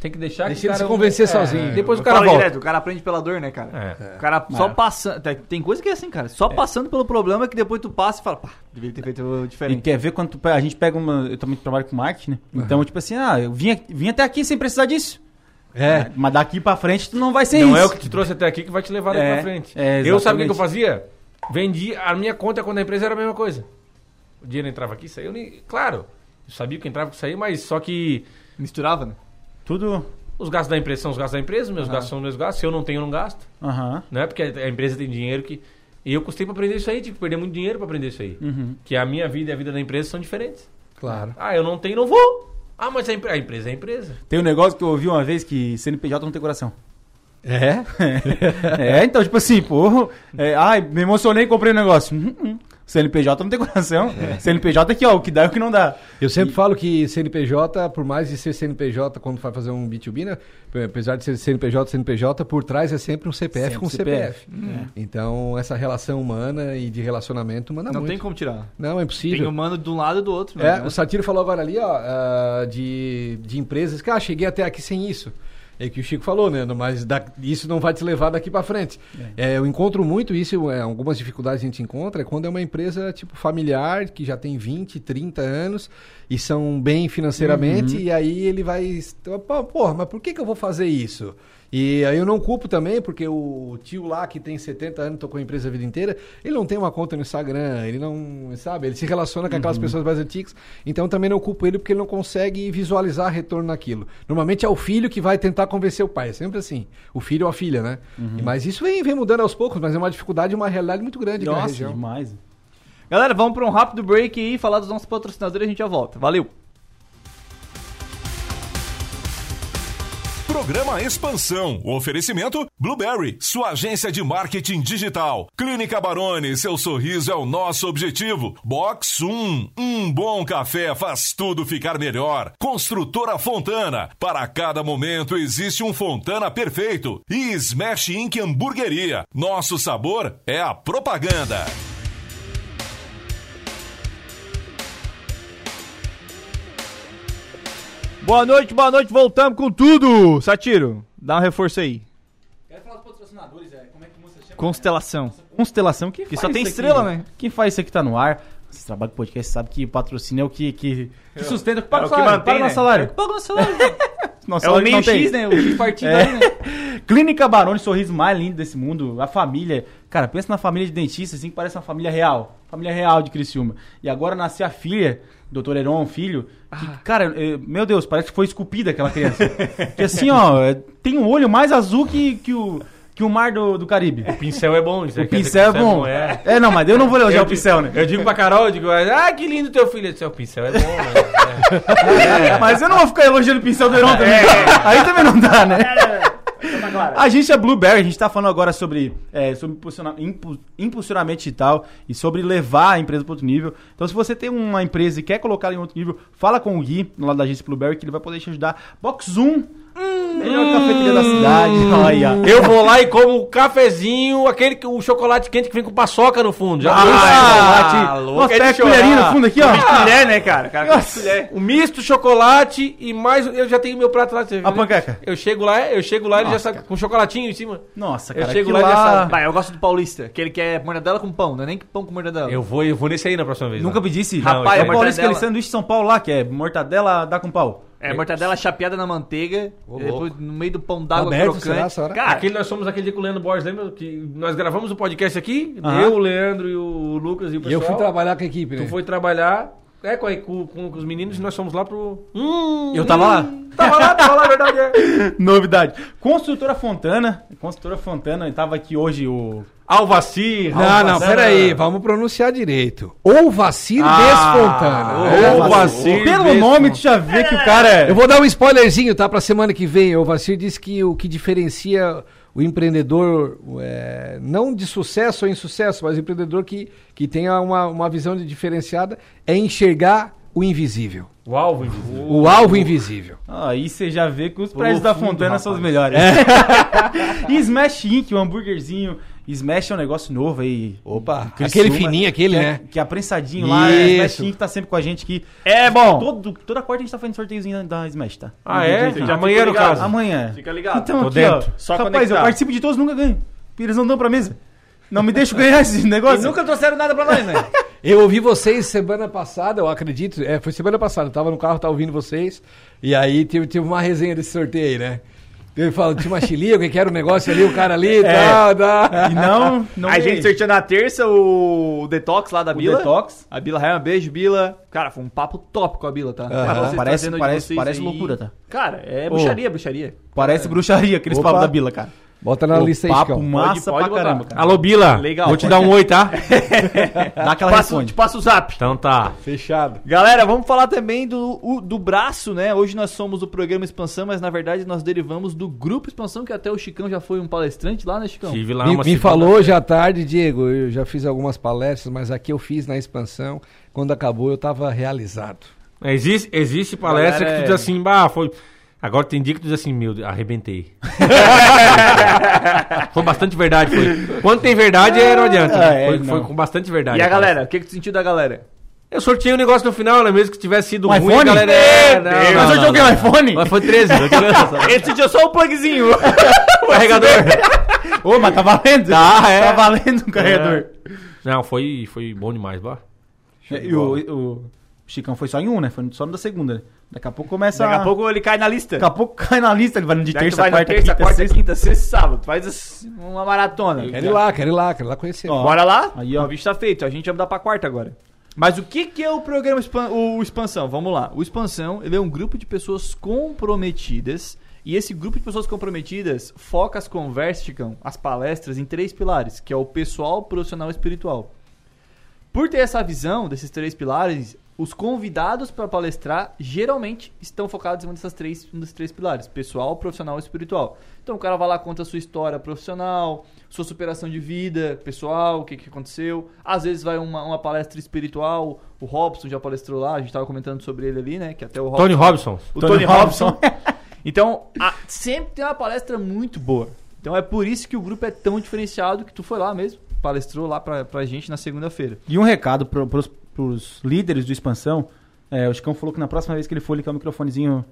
Speaker 7: Tem que deixar
Speaker 6: Deixa
Speaker 7: que o
Speaker 6: ele se
Speaker 7: cara- é,
Speaker 6: convencer sozinho.
Speaker 7: Depois o
Speaker 4: Eu
Speaker 7: cara
Speaker 4: falo
Speaker 7: volta.
Speaker 4: direto, o cara aprende pela dor, né, cara?
Speaker 7: É.
Speaker 4: O cara só passando. tem- Tem coisa que é assim, cara. Só passando pelo problema que depois tu passa e fala, pá, devia ter feito
Speaker 5: E
Speaker 4: diferente.
Speaker 5: quer ver quando tu pe- a gente pega uma. Eu também trabalho com marketing, né? Então, tipo assim, ah, eu vim, aqui- vim até aqui sem precisar disso. Né?
Speaker 6: É.
Speaker 5: Mas daqui pra frente tu não vai ser
Speaker 7: não
Speaker 5: isso.
Speaker 7: é o que te trouxe até aqui que vai te levar daqui
Speaker 5: É,
Speaker 7: pra frente.
Speaker 5: é,
Speaker 7: eu sabe o que que eu
Speaker 5: exatamente.
Speaker 7: fazia? Vendi a minha conta quando a empresa era a mesma coisa. O dinheiro entrava aqui, saiu. nem- Claro, eu sabia que entrava e que saía, mas só que
Speaker 4: Misturava, né?
Speaker 5: Tudo.
Speaker 7: os gastos da empresa são os gastos da empresa, meus gastos são os meus gastos. Se eu não tenho, eu não gasto.
Speaker 5: Aham.
Speaker 7: Não é porque a empresa tem dinheiro que. E eu custei pra aprender isso aí, tive que perder muito dinheiro pra aprender isso aí.
Speaker 5: Uhum.
Speaker 7: Que a minha vida e a vida da empresa são diferentes.
Speaker 6: Claro.
Speaker 7: Ah, eu não tenho, não vou. Ah, mas a, empre- a empresa é a empresa.
Speaker 5: Tem um negócio que eu ouvi uma vez que CNPJ não tem coração.
Speaker 6: É?
Speaker 5: é, então, tipo assim, pô. é, ai, me emocionei e comprei um negócio. Hum, hum. CNPJ não tem coração. CNPJ é que, ó, o que dá e o que não dá.
Speaker 6: Eu sempre falo que CNPJ, por mais de ser CNPJ quando vai fazer um B2B, né? Apesar de ser CNPJ, CNPJ, por trás é sempre um CPF
Speaker 5: Sempre
Speaker 6: com CPF.
Speaker 5: CPF.
Speaker 4: É.
Speaker 6: Então, essa relação humana e de relacionamento humana
Speaker 4: Não
Speaker 6: muito.
Speaker 4: tem como tirar.
Speaker 6: Não, é impossível.
Speaker 4: Tem humano de um lado e do outro, né?
Speaker 6: É, o Satiro falou agora ali, ó, ah, de, de empresas que, ah, cheguei até aqui sem isso. É que o Chico falou, né? Mas da- isso não vai te levar daqui pra frente. É, eu encontro muito isso, é, algumas dificuldades a gente encontra, é quando é uma empresa tipo familiar, que já tem 20, 30 anos e são bem financeiramente,
Speaker 4: Uhum.
Speaker 6: e aí ele vai. "Pô, Porra, mas por que, que eu vou fazer isso? E aí eu não culpo também, porque o tio lá que tem 70 anos, tocou a empresa a vida inteira, ele não tem uma conta no Instagram, ele não, sabe, ele se relaciona com
Speaker 7: Uhum.
Speaker 6: aquelas pessoas mais antigas, então também não culpo ele porque ele não consegue visualizar retorno naquilo. Normalmente é o filho que vai tentar convencer o pai, é sempre assim, o filho ou a filha, né?
Speaker 7: Uhum.
Speaker 6: Mas isso vem, vem mudando aos poucos, mas é uma dificuldade, uma realidade muito grande aqui na
Speaker 5: Nossa,
Speaker 6: região.
Speaker 5: demais.
Speaker 4: Galera, vamos pra um rápido break aí, falar dos nossos patrocinadores e a gente já volta. Valeu!
Speaker 3: Programa Expansão. O oferecimento Blueberry, sua agência de marketing digital. Clínica Barone, seu sorriso é o nosso objetivo. Box 1, um bom café faz tudo ficar melhor. Construtora Fontana, para cada momento existe um Fontana perfeito. E Smash Inc. Hamburgueria, nosso sabor é a propaganda.
Speaker 4: Boa noite, boa noite, voltamos com tudo! Satiro, dá um reforço aí.
Speaker 5: Quero falar dos patrocinadores, é. Como é que você chama?
Speaker 4: Constelação.
Speaker 5: Constelação que
Speaker 4: Que
Speaker 5: faz
Speaker 4: só tem
Speaker 5: isso aqui,
Speaker 4: estrela, né?
Speaker 5: Quem faz isso aqui tá no ar. Vocês trabalham com podcast, sabe que patrocínio é o que, que, que sustenta, que
Speaker 4: É
Speaker 5: paga o
Speaker 4: o que
Speaker 5: salário.
Speaker 4: mantém,
Speaker 5: paga o
Speaker 4: né?
Speaker 5: nosso salário.
Speaker 4: Paga o salário.
Speaker 5: Nosso
Speaker 4: É o
Speaker 5: salário que
Speaker 4: meio
Speaker 5: não tem. É.
Speaker 4: X, né? O X partido aí, né?
Speaker 5: Clínica Barone, sorriso mais lindo desse mundo. A família. Cara, pensa na família de dentistas, assim, que parece uma família real. Família real de Criciúma. E agora nasceu a filha, doutor Heron, filho. que, cara, eh, meu Deus, parece que foi esculpida aquela criança. que assim, ó, eh, tem um olho mais azul que, que, o, que o mar do, do Caribe.
Speaker 7: O pincel é bom, isso
Speaker 5: O pincel é bom.
Speaker 7: É.
Speaker 5: É. não, mas eu não vou elogiar
Speaker 7: Eu
Speaker 5: o pincel, né?
Speaker 7: Eu digo pra Carol, eu digo, ah, que lindo teu filho. Eu disse, o pincel é
Speaker 5: *laughs*
Speaker 7: bom, né?
Speaker 5: Mas eu não vou ficar elogiando o pincel do
Speaker 7: É.
Speaker 5: Heron também. *laughs* Aí também não dá, né? A gente é Blueberry, a gente tá falando agora sobre, é, sobre impulsiona- impu- impulsionamento digital e sobre levar a empresa para outro nível. Então, se você tem uma empresa e quer colocar ela em outro nível, fala com o Gui, no lado da agência Blueberry, que ele vai poder te ajudar. Box Zoom, melhor
Speaker 7: Hum.
Speaker 5: cafeteria da
Speaker 7: *laughs*
Speaker 5: cidade. Olha.
Speaker 7: Eu vou lá e como o cafezinho, aquele que, o chocolate quente que vem com paçoca no fundo. Já viu?
Speaker 4: tá
Speaker 5: Ah,
Speaker 7: louco,
Speaker 5: Nossa,
Speaker 7: é de
Speaker 5: pega a colherinha
Speaker 7: chorar.
Speaker 5: no fundo aqui, ó.
Speaker 4: Colher, né, cara? cara com
Speaker 5: Nossa.
Speaker 4: colher.
Speaker 7: O misto, chocolate e mais. Eu já tenho meu prato lá. você viu,
Speaker 5: A
Speaker 7: né?
Speaker 5: panqueca.
Speaker 7: Eu chego lá, eu chego lá, ele já sabe. Com chocolatinho em cima.
Speaker 5: Nossa,
Speaker 7: Eu
Speaker 5: cara,
Speaker 7: chego
Speaker 5: aquilo
Speaker 7: lá e já sabe.
Speaker 4: Vai, eu gosto do paulista, que ele quer mortadela com pão, não é nem que pão com
Speaker 6: Tá
Speaker 4: mortadela.
Speaker 7: Eu vou, eu vou nesse aí na próxima vez.
Speaker 5: Nunca
Speaker 7: né?
Speaker 5: pedi esse.
Speaker 7: Não,
Speaker 5: Rapaz,
Speaker 7: isso
Speaker 5: é
Speaker 7: é
Speaker 5: o Paulista que ele
Speaker 4: mortadela.
Speaker 5: sanduíche de São Paulo lá, que é mortadela dá com pau.
Speaker 4: É mortadela chapeada na manteiga, e depois no meio do pão d'água
Speaker 6: Roberto,
Speaker 4: crocante.
Speaker 6: será essa hora?
Speaker 4: Cara,
Speaker 7: Ah, Aquele nós somos aquele dia com o Leandro Borges, lembra? Que nós gravamos o podcast aqui,
Speaker 5: Aham.
Speaker 7: eu, o Leandro e o Lucas e
Speaker 6: E
Speaker 7: o pessoal.
Speaker 6: eu fui trabalhar com a equipe, né?
Speaker 7: Tu foi trabalhar é, com, a- com- com os meninos e nós fomos lá pro. Hum,
Speaker 5: Eu tava
Speaker 6: *laughs*
Speaker 5: lá.
Speaker 7: Tava lá, tava lá, a verdade é.
Speaker 5: *laughs* Novidade. Construtora Fontana. Construtora Fontana, tava aqui hoje o.
Speaker 7: Alvaci,
Speaker 6: Não, Ah, não,
Speaker 7: Alvaci.
Speaker 6: peraí, vamos pronunciar direito. Ou vacilo desfontana.
Speaker 7: Ah, ô, Vacir
Speaker 5: Pelo
Speaker 7: Vesco.
Speaker 5: nome, tu já vê que o cara é.
Speaker 6: Eu vou dar um spoilerzinho, tá? Pra semana que vem. O Vacir disse que o que diferencia o empreendedor, é, não de sucesso ou insucesso, mas o empreendedor que, que tenha uma, uma visão de diferenciada, é enxergar o invisível.
Speaker 7: O alvo, invisível.
Speaker 6: O alvo invisível.
Speaker 5: Aí você já vê que os prédios da Fontana são os melhores.
Speaker 6: É.
Speaker 5: e *laughs* Smash Inc., o hambúrguerzinho. Smash é um negócio novo aí.
Speaker 6: Opa,
Speaker 5: Criciúma,
Speaker 6: aquele fininho, aquele,
Speaker 5: que é-
Speaker 6: né?
Speaker 5: Que é prensadinho lá. é Smash
Speaker 6: Isso.
Speaker 5: Inc. tá sempre com a gente aqui.
Speaker 4: É bom.
Speaker 5: Todo, toda quarta a gente tá fazendo sorteiozinho da Smash, tá?
Speaker 7: Ah, é?
Speaker 5: Já
Speaker 7: Amanhã, no caso.
Speaker 5: Amanhã.
Speaker 4: Tá. Fica ligado.
Speaker 5: Então,
Speaker 7: Tô
Speaker 5: aqui,
Speaker 7: dentro.
Speaker 5: ó.
Speaker 8: Só
Speaker 5: Rapaz,
Speaker 8: conectar.
Speaker 5: eu participo de todos, nunca ganho. Eles não dão pra mesa. Não me deixam ganhar esse negócio.
Speaker 4: *laughs* E nunca trouxeram nada pra nós, né?
Speaker 6: Eu ouvi vocês semana passada, eu acredito. É, foi semana passada, eu tava no carro, tava ouvindo vocês. E aí teve, teve uma resenha desse sorteio aí, né? Ele falou, tinha uma xiliga, que era um negócio ali, o
Speaker 5: *laughs*
Speaker 6: cara ali, tal, tal.
Speaker 5: É. E não, não é
Speaker 4: a
Speaker 5: ganhei.
Speaker 4: gente sorteou na terça o Detox lá da
Speaker 5: O
Speaker 4: Bila.
Speaker 5: Detox.
Speaker 4: A Bila Raia, um beijo, Bila. Cara, foi um papo top com a Bila, tá? Pra vocês
Speaker 5: Parece-
Speaker 4: trazendo de
Speaker 5: parece-
Speaker 4: vocês
Speaker 5: parece loucura, tá?
Speaker 4: Cara, é bruxaria, bruxaria.
Speaker 5: Parece bruxaria aqueles
Speaker 6: Opa.
Speaker 5: papos da Bila, cara.
Speaker 6: Bota na lista aí,
Speaker 5: papo
Speaker 6: Chicão.
Speaker 5: massa
Speaker 4: Pode- pode
Speaker 5: pra caramba,
Speaker 4: botar.
Speaker 5: cara.
Speaker 7: Alô, Bila.
Speaker 4: Legal,
Speaker 7: Vou te
Speaker 4: pode.
Speaker 7: dar um oi, tá?
Speaker 4: *laughs*
Speaker 5: Dá aquela
Speaker 4: Passa,
Speaker 5: responde.
Speaker 4: te passa o zap.
Speaker 7: Então tá.
Speaker 6: Fechado.
Speaker 4: Galera, vamos falar também do, o- do braço, né? Hoje nós somos o programa Expansão, mas na verdade nós derivamos do Grupo Expansão, que até o Chicão já foi um palestrante lá, né, Chicão?
Speaker 7: Tive lá
Speaker 6: Então,
Speaker 7: é
Speaker 6: me
Speaker 7: uma
Speaker 6: me
Speaker 7: segunda-
Speaker 6: falou já à tarde, Diego, eu já fiz algumas palestras, mas aqui eu fiz na expansão. Quando acabou, eu tava realizado.
Speaker 7: Existe, existe palestra
Speaker 4: Galera,
Speaker 5: é.
Speaker 7: que tu diz assim, bah, foi. Agora tem dia que tu diz assim, meu, Deus,
Speaker 5: *laughs*
Speaker 7: arrebentei. foi bastante verdade, foi. Quando tem verdade, é, não adianta. né?
Speaker 5: É, é,
Speaker 7: foi, foi
Speaker 5: não.
Speaker 7: com bastante verdade.
Speaker 4: E a
Speaker 7: palestra.
Speaker 4: galera? O que, que tu sentiu da galera?
Speaker 7: Eu sorteei um negócio no final, né? Mesmo que tivesse sido
Speaker 5: Um
Speaker 7: ruim,
Speaker 5: iPhone?
Speaker 7: a galera. É,
Speaker 5: Meu Deus. Mas sorteou o quê? Um iPhone?
Speaker 7: Mas foi 13. eu
Speaker 5: *laughs*
Speaker 7: tinha lançado.
Speaker 4: Ele sentiu só o plugzinho.
Speaker 7: Carregador.
Speaker 5: Ô, mas tá valendo. Tá, é. Tá valendo um carregador.
Speaker 7: Não, foi, foi bom demais, bah.
Speaker 4: É.
Speaker 5: E o, o Chicão foi só em um, né? Foi só no da segunda, né? Daqui a pouco
Speaker 4: *laughs*
Speaker 5: começa...
Speaker 4: Daqui a pouco ele cai na lista.
Speaker 5: Daqui a pouco cai na lista, ele vai no de
Speaker 4: Já que tu
Speaker 5: terça,
Speaker 4: vai na
Speaker 5: quarta,
Speaker 4: terça,
Speaker 5: quinta,
Speaker 4: quarta,
Speaker 5: sexta.
Speaker 4: quinta, sexta, sábado. Faz as- uma maratona.
Speaker 6: Quero ir lá, quero ir lá, quero ir lá conhecer.
Speaker 5: Ó.
Speaker 4: Bora lá?
Speaker 5: Aí, ó.
Speaker 4: O bicho tá feito. A gente vai mudar pra quarta agora. Mas o que, que é o programa Expan- o Expansão? Vamos lá. O Expansão ele é um grupo de pessoas comprometidas. E esse grupo de pessoas comprometidas foca as conversas, Chicão, as palestras, em três pilares, que é o pessoal, profissional e espiritual. Por ter essa visão desses três pilares, os convidados para palestrar geralmente estão focados em um, dessas três, um desses três pilares: pessoal, profissional e espiritual. Então o cara vai lá, conta a sua história profissional, sua superação de vida pessoal, o que, que aconteceu. Às vezes vai uma, uma palestra espiritual. O Robson já palestrou lá, a gente tava comentando sobre ele ali, né? Que até o Robson.
Speaker 7: Tony Robson.
Speaker 4: o
Speaker 5: Tony
Speaker 4: Tony
Speaker 5: Robson.
Speaker 4: Robson.
Speaker 5: *laughs*
Speaker 4: Então, a- sempre tem uma palestra muito boa. Então é por isso que o grupo é tão diferenciado que tu foi lá mesmo, palestrou lá pra, pra gente na segunda-feira.
Speaker 5: E um recado pro, pros, pros líderes do Expansão. É, o Chicão falou que na próxima vez que ele for, ele quer o microfonezinho.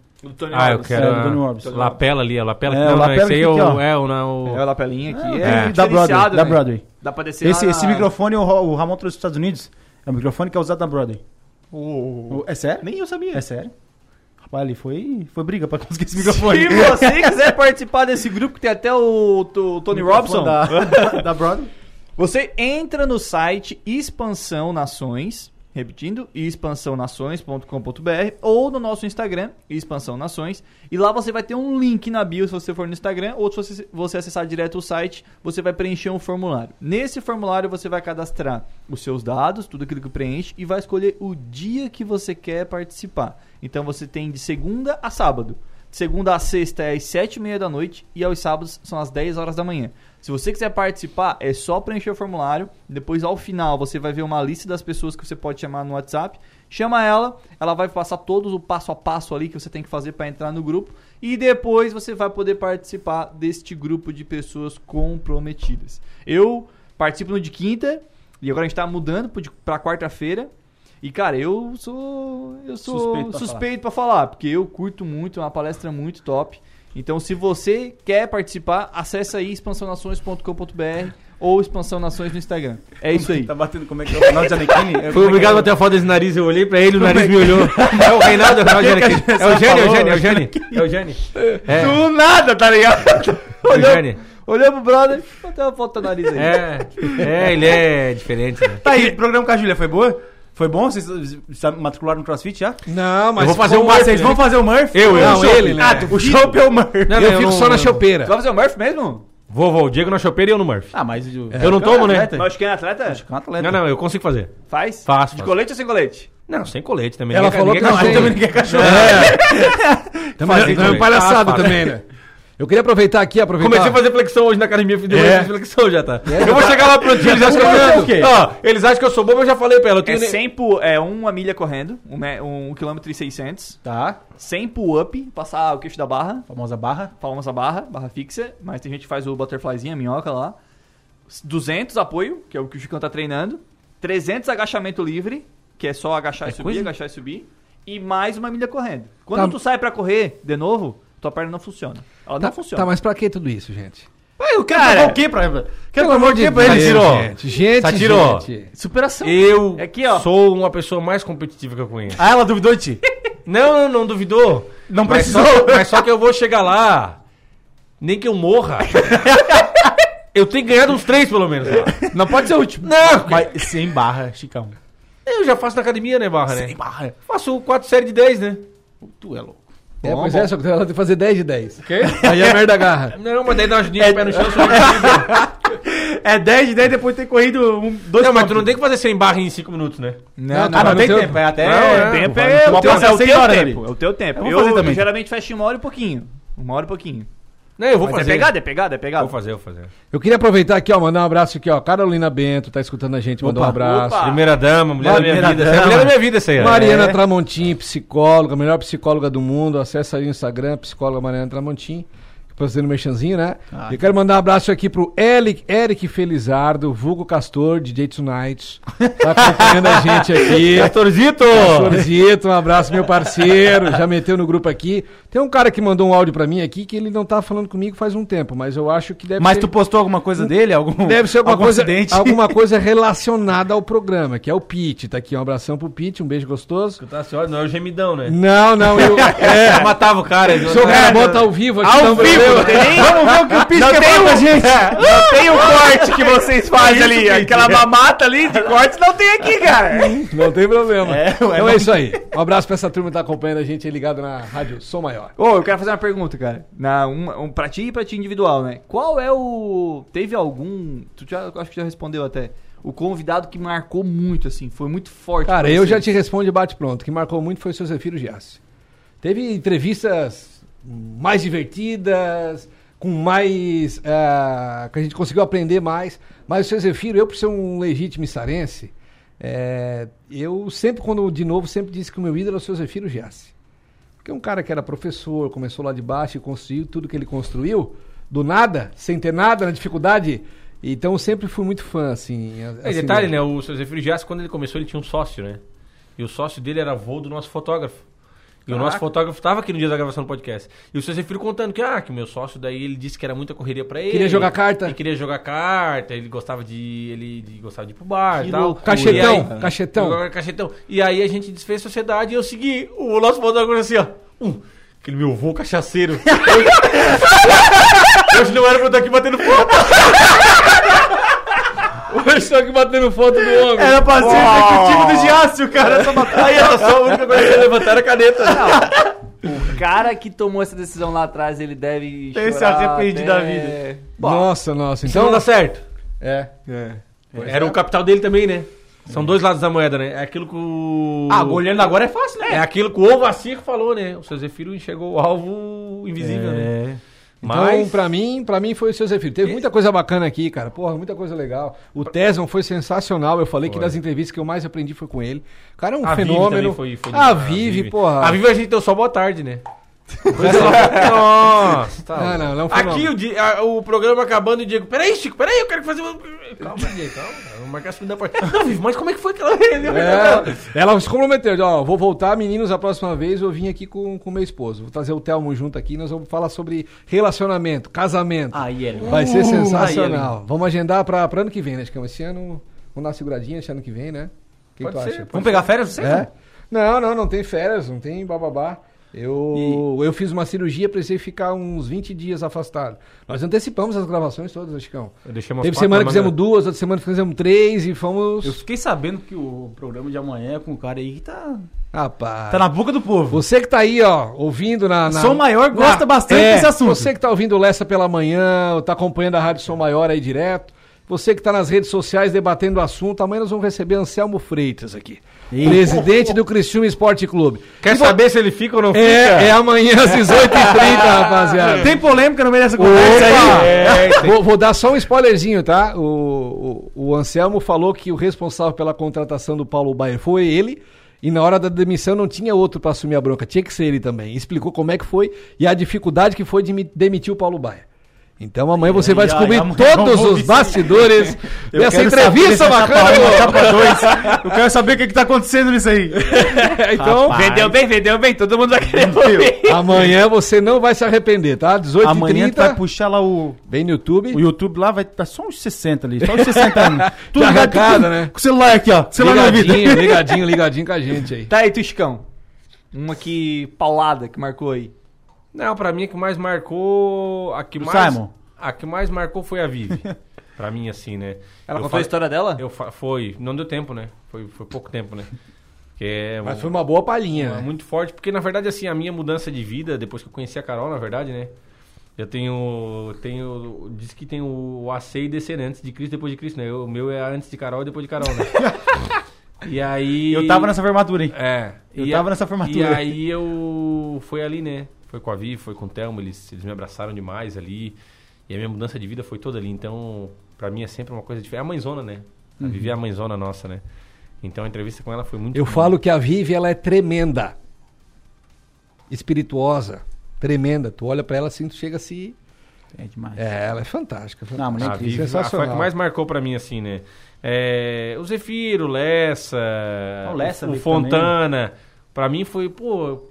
Speaker 7: Ah, eu quero.
Speaker 5: É, do Tony
Speaker 7: a-
Speaker 5: Robson.
Speaker 7: Lapela ali, a lapela.
Speaker 5: É,
Speaker 7: que-
Speaker 5: o
Speaker 7: não, não,
Speaker 5: lapela
Speaker 7: esse aí
Speaker 5: que
Speaker 7: é
Speaker 5: aqui,
Speaker 7: o.
Speaker 5: ó.
Speaker 7: É, o- não,
Speaker 4: É, o lapelinha aqui.
Speaker 5: É,
Speaker 4: É,
Speaker 5: da Broadway,
Speaker 4: diferenciado,
Speaker 5: da
Speaker 4: né?
Speaker 5: Broadway.
Speaker 4: Dá pra descer
Speaker 5: Esse,
Speaker 4: lá
Speaker 5: esse
Speaker 4: na-
Speaker 5: microfone o, Ra- o Ramon trouxe dos Estados um Unidos. É o microfone que é usado na Broadway.
Speaker 4: O-
Speaker 5: O- É sério?
Speaker 4: Nem eu sabia.
Speaker 5: É sério? Ali foi, foi briga pra conseguir esse microfone.
Speaker 4: Se
Speaker 5: *laughs*
Speaker 4: você quiser participar desse grupo que tem até o, to- Tony Robson, *laughs*
Speaker 5: Da, da Broadway.
Speaker 4: você entra no site Expansão Nações, repetindo, expansãonações.com.br ou no nosso Instagram, Expansão Nações, e lá você vai ter um link na bio se você for no Instagram, ou se você, você acessar direto o site, você vai preencher um formulário. Nesse formulário você vai cadastrar os seus dados, tudo aquilo que preenche, e vai escolher o dia que você quer participar. Então você tem de segunda a sábado. De segunda a sexta é às sete e meia da noite e aos sábados são às 10 horas da manhã. Se você quiser participar, é só preencher o formulário. Depois, ao final, você vai ver uma lista das pessoas que você pode chamar no WhatsApp. Chama ela, ela vai passar todo o passo a passo ali que você tem que fazer para entrar no grupo. E depois você vai poder participar deste grupo de pessoas comprometidas. Eu participo no de quinta e agora a gente está mudando pro de- pra quarta-feira. E, cara, eu sou. Eu sou
Speaker 5: Suspeito
Speaker 4: suspeito,
Speaker 5: pra
Speaker 4: pra, falar. porque eu curto muito, é uma palestra muito top. Então, se você quer participar, acessa aí expansãonações.com.br ou Expansão Nações no Instagram. É isso aí.
Speaker 5: Tá batendo como é que é o final de Giannichini? É,
Speaker 7: Fui
Speaker 5: como é
Speaker 7: obrigado
Speaker 5: que
Speaker 7: a ter a foto desse nariz, eu olhei pra ele, o nariz me *laughs* olhou. É o Reinaldo, é o Jânio. É o Jânio, é o Jânio, é o Jânio. É o Jânio. É,
Speaker 4: Do nada, tá
Speaker 7: *laughs*
Speaker 4: ligado?
Speaker 7: é o Jânio.
Speaker 4: Olhou pro brother, bota uma foto do nariz aí.
Speaker 7: É, é, ele é diferente. Né?
Speaker 5: Tá aí, o programa com a Júlia foi boa? Foi bom? Vocês se matricularam no CrossFit já?
Speaker 6: Não, mas.
Speaker 7: Eu vou fazer um
Speaker 6: Murphy,
Speaker 5: Vocês
Speaker 7: né?
Speaker 5: vão fazer o Murphy?
Speaker 7: Eu, eu,
Speaker 5: Não,
Speaker 7: sou
Speaker 5: ele,
Speaker 7: ele,
Speaker 5: né?
Speaker 7: né?
Speaker 5: Ah, o Chope é o Murphy.
Speaker 7: Não,
Speaker 6: Eu
Speaker 7: não,
Speaker 6: fico
Speaker 7: não,
Speaker 6: só na
Speaker 7: não.
Speaker 6: chopeira.
Speaker 4: Vai fazer o Murphy mesmo?
Speaker 7: Vou, vou. O Diego na chopeira e eu no Murphy.
Speaker 5: Ah, mas o...
Speaker 7: eu não tomo, né?
Speaker 5: atleta.
Speaker 4: Mas que é atleta?
Speaker 5: É um atleta.
Speaker 7: Não, não, eu consigo fazer.
Speaker 4: Faz?
Speaker 7: Faço,
Speaker 4: De
Speaker 7: faço.
Speaker 4: colete ou sem colete?
Speaker 7: Não, sem colete também. né?
Speaker 6: Ela
Speaker 7: Ninguém-
Speaker 6: falou
Speaker 7: ninguém
Speaker 6: que não
Speaker 7: gosta.
Speaker 6: tem.
Speaker 7: também ninguém quer cachorro.
Speaker 6: Também,
Speaker 7: é Fazer
Speaker 6: também é
Speaker 7: *laughs* também.
Speaker 6: palhaçada
Speaker 7: Ah, faz.
Speaker 6: também, né? Eu queria aproveitar aqui, aproveitar.
Speaker 7: Comecei a fazer flexão hoje na academia, fiz
Speaker 6: É.
Speaker 7: é. flexão já, tá? Eu vou chegar lá pro time, eles acham que
Speaker 5: Mas é
Speaker 7: eu
Speaker 5: o quê?
Speaker 7: sou Ó, eles acham que eu sou bobo, eu já falei pra ela. Eu
Speaker 4: É
Speaker 7: tenho nem-
Speaker 4: 100 pull, é uma milha correndo, um, me- um quilômetro e 600,
Speaker 5: Tá,
Speaker 4: 100 pull-up, passar o queixo da barra,
Speaker 5: famosa barra.
Speaker 4: palmas a barra, barra fixa, mas tem gente que faz o butterflyzinho, a minhoca lá. 200 apoio, que é o que o Chicão tá treinando. 300 agachamento livre, que é só agachar e subir,
Speaker 5: coisa?
Speaker 4: agachar e subir. E mais uma milha correndo. Quando
Speaker 6: Tá.
Speaker 4: tu sai pra correr, de novo, tua perna não funciona. Ela
Speaker 6: Tá,
Speaker 4: não funciona.
Speaker 6: tá, mas pra que tudo isso, gente?
Speaker 5: Eu quero
Speaker 4: Cara,
Speaker 5: provar o quê pra ele? Quero provar o quê pra ele,
Speaker 6: Deus,
Speaker 5: Ciro?
Speaker 6: Gente, gente.
Speaker 7: Tá, Satiro.
Speaker 6: gente.
Speaker 4: Superação.
Speaker 7: Eu
Speaker 4: É Aqui, ó.
Speaker 7: sou uma pessoa mais competitiva que eu conheço.
Speaker 5: Ah, ela duvidou de ti?
Speaker 7: Não, não, não duvidou.
Speaker 5: Não
Speaker 7: Mas
Speaker 5: precisou.
Speaker 7: só- Mas só que eu vou chegar lá. Nem que
Speaker 5: *laughs*
Speaker 7: eu morra. Eu tenho ganhado uns três, pelo menos. né? lá.
Speaker 5: Não pode ser o último. Não! Mas sem barra, Chicão.
Speaker 7: Eu já faço na academia, né, Barra, né?
Speaker 5: Sem barra.
Speaker 7: Faço quatro séries de 10, né?
Speaker 5: Tu é louco.
Speaker 6: É, pois é, só que ela tem que fazer 10 de 10. Aí a merda agarra. é
Speaker 7: Não, mas daí dá uma ajudinha com o pé no chão. eu sou divertido.
Speaker 5: É 10 de 10 depois de ter corrido um, dois
Speaker 7: Não, mas tu
Speaker 5: quilômetros.
Speaker 7: não tem que fazer 100 barra em cinco minutos, né?
Speaker 5: Ah, não,
Speaker 6: vai no
Speaker 5: tem
Speaker 6: teu-
Speaker 5: tempo. É até...
Speaker 7: Não,
Speaker 5: é,
Speaker 4: tempo é, o
Speaker 5: uma
Speaker 4: teu,
Speaker 5: passada
Speaker 4: é o
Speaker 5: seis
Speaker 4: teu
Speaker 5: horas
Speaker 4: tempo.
Speaker 5: ali.
Speaker 4: É o teu tempo.
Speaker 5: Eu
Speaker 4: Eu,
Speaker 5: vou fazer também.
Speaker 4: geralmente fecho em uma hora e pouquinho. Uma hora e pouquinho.
Speaker 7: Não, eu vou
Speaker 4: Mas
Speaker 7: fazer.
Speaker 4: é pegada, é pegada, é pegada.
Speaker 7: Vou fazer, vou fazer.
Speaker 6: Eu queria aproveitar aqui, ó, mandar um abraço aqui, ó. Carolina Bento tá escutando a gente, mandou um
Speaker 5: Opa.
Speaker 6: abraço.
Speaker 4: Opa.
Speaker 7: Primeira dama, mulher da
Speaker 5: Primeira
Speaker 7: minha vida. Essa é a
Speaker 5: dama.
Speaker 7: mulher da minha vida, essa aí. ó.
Speaker 6: Mariana
Speaker 5: É.
Speaker 6: Tramontim, psicóloga, melhor psicóloga do mundo. Acessa aí o Instagram, psicóloga Mariana Tramontim. Fazendo merchanzinho, né?
Speaker 5: Ah.
Speaker 6: e quero mandar um abraço aqui pro Eli- Eric Felizardo, vulgo Castor, DJ Tonight. Tá acompanhando a gente aqui.
Speaker 5: *laughs*
Speaker 7: Castorzito!
Speaker 5: é
Speaker 6: Castorzito, um abraço, meu parceiro. Já meteu no grupo aqui. Tem um cara que mandou um áudio pra mim aqui que ele não tá falando comigo faz um tempo, mas eu acho que deve
Speaker 5: Mas
Speaker 6: ser...
Speaker 5: tu postou alguma coisa dele? Algum,
Speaker 6: É Deve ser alguma,
Speaker 5: algum
Speaker 6: coisa,
Speaker 5: acidente? *laughs*
Speaker 6: alguma coisa relacionada ao programa, que é o Pete. Tá aqui, um abração pro Pete, um beijo gostoso.
Speaker 7: Tá, senhora, não é o gemidão, né?
Speaker 6: Não,
Speaker 5: *laughs*
Speaker 6: não, eu. É,
Speaker 7: Eu matava o cara. ele-
Speaker 6: sou o
Speaker 4: né? é
Speaker 6: cara bota ao vivo aqui. Ao
Speaker 4: Não
Speaker 5: *laughs*
Speaker 4: tem nem-
Speaker 5: Vamos ver o que o Pisca quer falar pra gente.
Speaker 4: Não tem o corte que *laughs* vocês fazem ali. Aquela mamata ali de corte não tem aqui, cara.
Speaker 6: Não tem problema.
Speaker 5: É, ué,
Speaker 6: então
Speaker 5: não-
Speaker 6: é isso aí. Um abraço pra essa turma que tá acompanhando a gente aí ligado na Rádio Som Maior.
Speaker 4: Ô, eu quero fazer uma pergunta, cara. Na, um, um, pra ti e pra ti individual, né? Qual é o. Teve algum. Tu já, acho que já respondeu até. O convidado que marcou muito, assim. Foi muito forte.
Speaker 6: Cara,
Speaker 4: pra
Speaker 6: eu
Speaker 7: é.
Speaker 4: você?
Speaker 6: já te respondo de bate-pronto. O que marcou muito foi o seu Zefiro Giassi. Teve entrevistas mais divertidas, com mais. ah, que a gente conseguiu aprender mais. Mas o seu Zefiro, eu, por ser um legítimo sarense, eu sempre, quando de novo, sempre disse que o meu ídolo é o seu Zefiro Giassi. Porque um cara que era professor, começou lá de baixo e construiu tudo que ele construiu, do nada, sem ter nada, na dificuldade. Então eu sempre fui muito fã, assim. a-
Speaker 7: É,
Speaker 6: assim,
Speaker 7: detalhe,
Speaker 6: dele.
Speaker 7: né? O seu Zefiro Giassi, quando ele começou, ele tinha um sócio, né? E o sócio dele era avô do nosso fotógrafo. E o nosso fotógrafo tava aqui no dia da gravação do podcast. E o seu Zefiro contando que, ah, que o meu sócio daí ele disse que era muita correria pra ele.
Speaker 6: Queria jogar carta.
Speaker 7: Ele queria jogar carta, ele gostava de. ele de- gostava de ir pro bar
Speaker 4: Que
Speaker 7: e tal.
Speaker 4: loucura.
Speaker 6: Cachetão,
Speaker 7: E aí-
Speaker 6: cachetão.
Speaker 7: Jogava cachetão. E aí a gente desfez a sociedade e eu segui o nosso fotógrafo assim, ó. Hum, aquele meu vô cachaceiro. Hoje não era pra eu estar aqui batendo foto. Hoje estou aqui batendo foto do homem.
Speaker 5: Era pra ser executivo do Giácio, cara. Essa batalha.
Speaker 7: Aí era só a única coisa que eu levantar era a caneta.
Speaker 6: Então,
Speaker 1: O cara que tomou essa decisão lá atrás, ele deve.
Speaker 4: é
Speaker 5: Tem se
Speaker 1: chorar
Speaker 5: arrependido
Speaker 1: até-
Speaker 5: da vida.
Speaker 6: Nossa, nossa.
Speaker 7: Então não
Speaker 6: Então,
Speaker 7: dá certo.
Speaker 6: é. é.
Speaker 7: Era o capital dele também, né? São dois lados da moeda, né? É aquilo que o.
Speaker 5: Ah, olhando agora é fácil, né?
Speaker 7: É aquilo que o Ovacir falou, né? O seu Zefiro enxergou o alvo invisível, né?
Speaker 6: É. Então, pra mim, pra mim foi o seu Zefiro. Teve muita coisa bacana aqui, cara. Porra, muita coisa legal. O Tesman foi sensacional. Eu falei que das entrevistas que eu mais aprendi foi com ele. O cara é um
Speaker 7: A Vivi
Speaker 6: fenômeno.
Speaker 7: também foi- foi de-
Speaker 6: a Vivi, porra.
Speaker 7: A Vivi a gente deu só boa tarde, né? Nossa, tá
Speaker 6: Não,
Speaker 7: louco.
Speaker 6: não, não é um fenômeno.
Speaker 7: Aqui o, Di- a- o programa acabando e o Diego, peraí, Chico, peraí, eu quero fazer uma. Calma, Diego, calma, cara. Vou marcar a segunda parte. Não, Vivi, mas como é que foi que ela rendeu? *laughs*
Speaker 6: É, ela se comprometeu, de, ó, vou voltar, meninos, a próxima vez eu vim aqui com o meu esposo. Vou trazer o Telmo junto aqui, nós vamos falar sobre relacionamento, casamento.
Speaker 5: Aí é.
Speaker 6: Vai
Speaker 7: Uh,
Speaker 6: ser
Speaker 5: aí,
Speaker 6: sensacional. Vamos agendar pra, pra ano que vem, né? Acho que é esse ano, vamos dar uma seguradinha, esse ano que vem, né? O que, que tu
Speaker 7: Pode ser,
Speaker 6: acha?
Speaker 5: Vamos pegar férias? Você?
Speaker 6: É? Não, não, não tem férias, não tem bababá. Eu, eu fiz uma cirurgia, precisei ficar uns 20 dias afastado. Nós antecipamos as gravações todas, Chicão.
Speaker 7: Eu deixei umas
Speaker 6: Teve
Speaker 7: quatro
Speaker 6: semana
Speaker 7: na
Speaker 6: que fizemos
Speaker 7: manga.
Speaker 6: duas, outra semana que fizemos três e fomos.
Speaker 5: Eu fiquei sabendo que o programa de amanhã é com o cara aí que tá,
Speaker 6: Rapaz.
Speaker 5: tá na boca do povo.
Speaker 6: Você que tá aí, ó, ouvindo na. na...
Speaker 5: Som Maior gosta
Speaker 6: na-
Speaker 5: bastante
Speaker 6: É,
Speaker 5: desse assunto.
Speaker 6: Você que tá ouvindo o Lessa pela manhã, ou tá acompanhando a Rádio Som Maior aí direto. Você que tá nas redes sociais debatendo o assunto, amanhã nós vamos receber Anselmo Freitas aqui. Presidente do Criciúma Esporte Clube.
Speaker 7: Quer
Speaker 5: Tipo,
Speaker 7: saber se ele fica ou não fica?
Speaker 6: É, é amanhã às 18h30, *laughs* rapaziada.
Speaker 5: Tem polêmica no meio dessa conversa
Speaker 6: Opa!
Speaker 5: aí?
Speaker 6: vou, vou dar só um spoilerzinho, tá? O, o, o Anselmo falou que o responsável pela contratação do Paulo Baier foi ele. E na hora da demissão não tinha outro pra assumir a bronca, tinha que ser ele também. Explicou como é que foi e a dificuldade que foi de me- demitir o Paulo Baier. Então amanhã você
Speaker 5: ai,
Speaker 6: vai
Speaker 5: ai,
Speaker 6: descobrir
Speaker 5: amanhã
Speaker 6: todos
Speaker 5: eu vou
Speaker 6: os
Speaker 5: ouvir
Speaker 6: bastidores *laughs* dessa entrevista bacana.
Speaker 5: Eu quero saber o que, que tá acontecendo nisso aí.
Speaker 6: então,
Speaker 4: Vendeu bem, vendeu bem, todo mundo vai querer ouvir.
Speaker 6: amanhã você não vai se arrepender, tá?
Speaker 5: Amanhã tu vai
Speaker 6: 18h30,
Speaker 5: puxar lá o,
Speaker 6: vem no YouTube.
Speaker 5: o YouTube lá, vai estar só uns 60 ali, só uns 60 anos. Tudo
Speaker 6: Já
Speaker 5: ligado,
Speaker 6: arrancada,
Speaker 5: tudo-
Speaker 6: né?
Speaker 5: Com o celular aqui, ó. Celular na vida.
Speaker 6: Ligadinho, ligadinho, ligadinho com a gente aí.
Speaker 4: Tá aí, Tuxicão. Uma que paulada que marcou aí.
Speaker 7: Não, pra mim a que mais marcou. A que
Speaker 5: Do
Speaker 7: mais.
Speaker 5: Simon.
Speaker 7: A que mais marcou foi
Speaker 5: *laughs*
Speaker 7: a Vivi. pra mim, assim, né?
Speaker 4: Ela
Speaker 7: Eu
Speaker 4: contou
Speaker 7: fa-
Speaker 4: a história dela?
Speaker 7: Eu fa- Foi. Não deu tempo, né? Foi, foi pouco tempo, né? Que é
Speaker 6: Mas
Speaker 7: um-
Speaker 6: foi uma boa palhinha,
Speaker 7: É
Speaker 6: né?
Speaker 7: muito forte, porque na verdade, assim, a minha mudança de vida, depois que eu conheci a Carol, na verdade, né? Eu tenho. tenho diz que tem o AC e DC, né? Antes de Cristo, depois de Cristo, né? O meu é antes de Carol e depois
Speaker 5: *laughs*
Speaker 7: de Carol, né? e aí.
Speaker 5: Eu tava nessa formatura, hein?
Speaker 7: É.
Speaker 5: Eu
Speaker 7: e
Speaker 5: tava
Speaker 7: a-
Speaker 5: nessa formatura.
Speaker 7: E aí eu. Foi ali, né? Foi com a Vi, foi com o Thelmo, eles, eles me abraçaram demais ali. E a minha mudança de vida foi toda ali. Então, pra mim é sempre uma coisa diferente. É a mãezona, né? A
Speaker 5: Uhum.
Speaker 7: Vivi é a mãezona nossa, né? Então a entrevista com ela foi muito
Speaker 6: Eu falo que a Vivi, ela é tremenda. Espirituosa. Tremenda. Tu olha pra ela assim, tu chega assim...
Speaker 5: É demais.
Speaker 6: É, ela é fantástica.
Speaker 5: Não, mas
Speaker 6: fantástica.
Speaker 5: nem
Speaker 7: Ah,
Speaker 5: acredito.
Speaker 7: Vivi, ah, foi a
Speaker 6: sensacional.
Speaker 7: que mais marcou pra mim, assim, né? É, o Zefiro, o Lessa,
Speaker 5: Ah, o Lessa
Speaker 7: o
Speaker 5: veio
Speaker 7: Fontana. Pra mim foi, pô,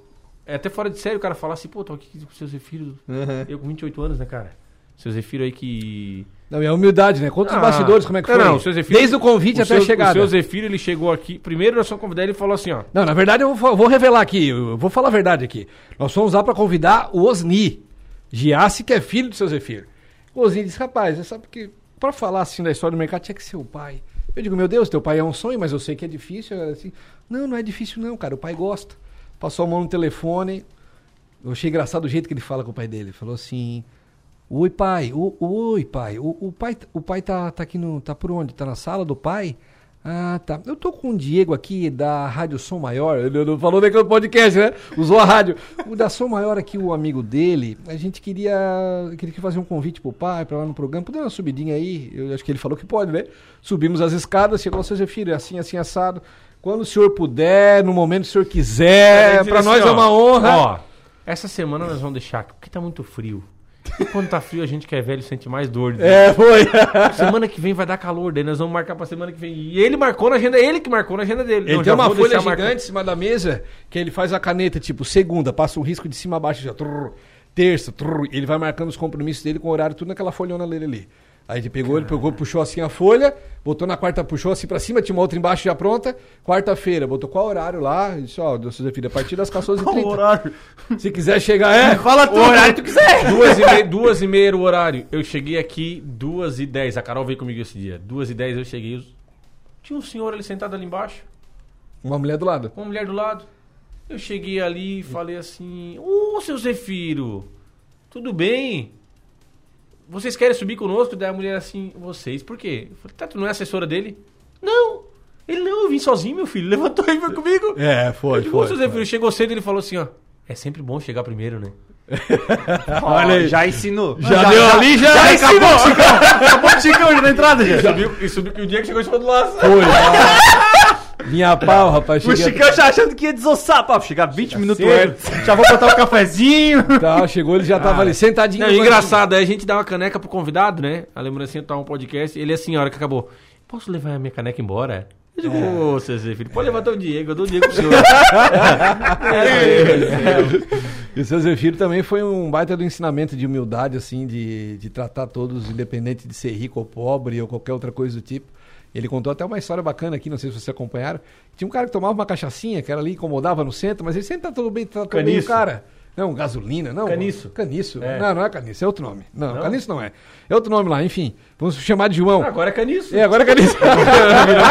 Speaker 7: é até fora de sério o cara falar assim, pô, tô aqui com o seu Zefiro.
Speaker 5: Uhum.
Speaker 7: Eu com 28 anos, né, cara? Seu Zefiro aí que.
Speaker 6: Não, e a humildade, né? Conta os
Speaker 7: Ah,
Speaker 6: bastidores, como é que
Speaker 7: não,
Speaker 6: foi.
Speaker 7: não, o seu Zefiro-
Speaker 6: Desde o convite
Speaker 7: o
Speaker 6: até
Speaker 7: seu,
Speaker 6: a chegada.
Speaker 7: O seu Zefiro, ele chegou aqui. Primeiro eu só convidei ele e falou assim, ó.
Speaker 6: Não, na verdade eu vou, fa- vou revelar aqui, eu vou falar a verdade aqui. Nós fomos lá pra convidar o Osni Giassi, que é filho do seu Zefiro. O Osni disse, rapaz, você sabe que pra falar assim da história do mercado tinha que ser o pai. Eu digo, meu Deus, teu pai é um sonho, mas eu sei que é difícil. Ela Assim, não, não é difícil não, cara, o pai gosta. Passou a mão no telefone, eu achei engraçado o jeito que ele fala com o pai dele. Ele falou assim: Oi, pai, o, oi, pai. O, o pai, o pai tá, tá aqui no. tá por onde? Tá na sala do pai? Ah, tá. Eu tô com o Diego aqui da Rádio Som Maior. Ele não falou nem que é o podcast, né? Usou a rádio. O da Som Maior aqui, o amigo dele. A gente queria, queria fazer um convite pro pai pra lá no programa. Pode dar uma subidinha aí? Eu acho que ele falou que pode, né? Subimos as escadas, chegou o seu Zefiro, é assim, assim, assado. Quando o senhor puder, no momento que o senhor
Speaker 7: Ele
Speaker 6: quiser,
Speaker 7: disse
Speaker 6: pra nós
Speaker 7: assim,
Speaker 6: é uma honra.
Speaker 7: Ó, essa semana nós vamos deixar aqui, porque tá muito frio. E quando tá frio, a gente que é velho sente mais dor. de
Speaker 6: É, foi.
Speaker 7: Semana que vem vai dar calor, daí nós vamos marcar pra semana que vem. E ele marcou na agenda, ele que marcou na agenda dele.
Speaker 6: Ele
Speaker 7: Não,
Speaker 6: tem
Speaker 7: já
Speaker 6: uma
Speaker 7: vou
Speaker 6: folha
Speaker 7: deixar
Speaker 6: gigante
Speaker 7: marcado.
Speaker 6: em cima da mesa que ele faz a caneta, tipo, segunda, passa um risco de cima a baixo, já, trrr, terça, trrr, e ele vai marcando os compromissos dele com o horário, tudo naquela folhona dele ali. Aí ele pegou, ele pegou, puxou assim a folha, botou na quarta, puxou assim pra cima, tinha uma outra embaixo já pronta. Quarta-feira, botou qual horário lá? Ele disse, ó, oh, Zefira, a partir das 14h30.
Speaker 5: Qual o horário?
Speaker 7: Se quiser chegar, é.
Speaker 4: Fala tudo.
Speaker 7: O horário que tu quiser. Duas e, meia, duas e meia era o horário. Eu cheguei aqui duas e dez. A Carol veio comigo esse dia. Duas e dez eu cheguei. eu- Tinha um senhor ali sentado ali embaixo.
Speaker 6: Uma mulher do lado.
Speaker 7: Uma mulher do lado. Eu cheguei ali e falei assim: Ô, seu Zefiro, tudo bem? Vocês querem subir conosco? Daí a mulher assim: Vocês, por quê? Eu falei: Tá, tu não é assessora dele? Não! Ele não, eu vim sozinho, meu filho. Levantou e veio comigo.
Speaker 5: É, foi,
Speaker 7: Eu digo, "Ô, seu Zefiro, chegou cedo ele falou assim: Ó, é sempre bom chegar primeiro, né?
Speaker 1: Olha Já ensinou.
Speaker 5: Já, deu ali, já, acabou, Chicão. Acabou o Chicão já na entrada, já.
Speaker 7: Subiu, e subiu que o dia que chegou em cima do laço.
Speaker 6: tá? Vinha a pau, rapaz.
Speaker 4: O
Speaker 6: Cheguei
Speaker 4: Chicão já achando que ia desossar. Pá, chegar 20 minutos antes.
Speaker 5: Já vou botar o cafezinho.
Speaker 6: tá, chegou, ele já tava ali sentadinho.
Speaker 7: Ah. Não, engraçado, aí a gente dá uma caneca pro convidado, né? A lembrancinha tá um podcast, ele assim, a hora que acabou, posso levar a minha caneca embora? Eu digo,
Speaker 6: É.
Speaker 7: ô, seu Zé Filho, pode levar teu Diego, eu dou o Diego
Speaker 6: *laughs*
Speaker 7: pro senhor. É,
Speaker 6: É. E o seu Zefiro também foi um baita do ensinamento de humildade, assim, de, de tratar todos, independente de ser rico ou pobre ou qualquer outra coisa do tipo. Ele contou até uma história bacana aqui, não sei se vocês acompanharam. Tinha um cara que tomava uma cachaçinha, que era ali, incomodava no centro, mas ele sempre tratou bem, tratou bem o
Speaker 7: Caniço.
Speaker 6: cara. Não, gasolina, não.
Speaker 7: Caniço.
Speaker 6: Caniço.
Speaker 7: É.
Speaker 6: Não, não é caniço, é outro nome. Não, caniço não é. É outro nome lá, enfim. Vamos chamar de João.
Speaker 7: Agora é caniço.
Speaker 6: É, agora que é né? ele
Speaker 7: *laughs*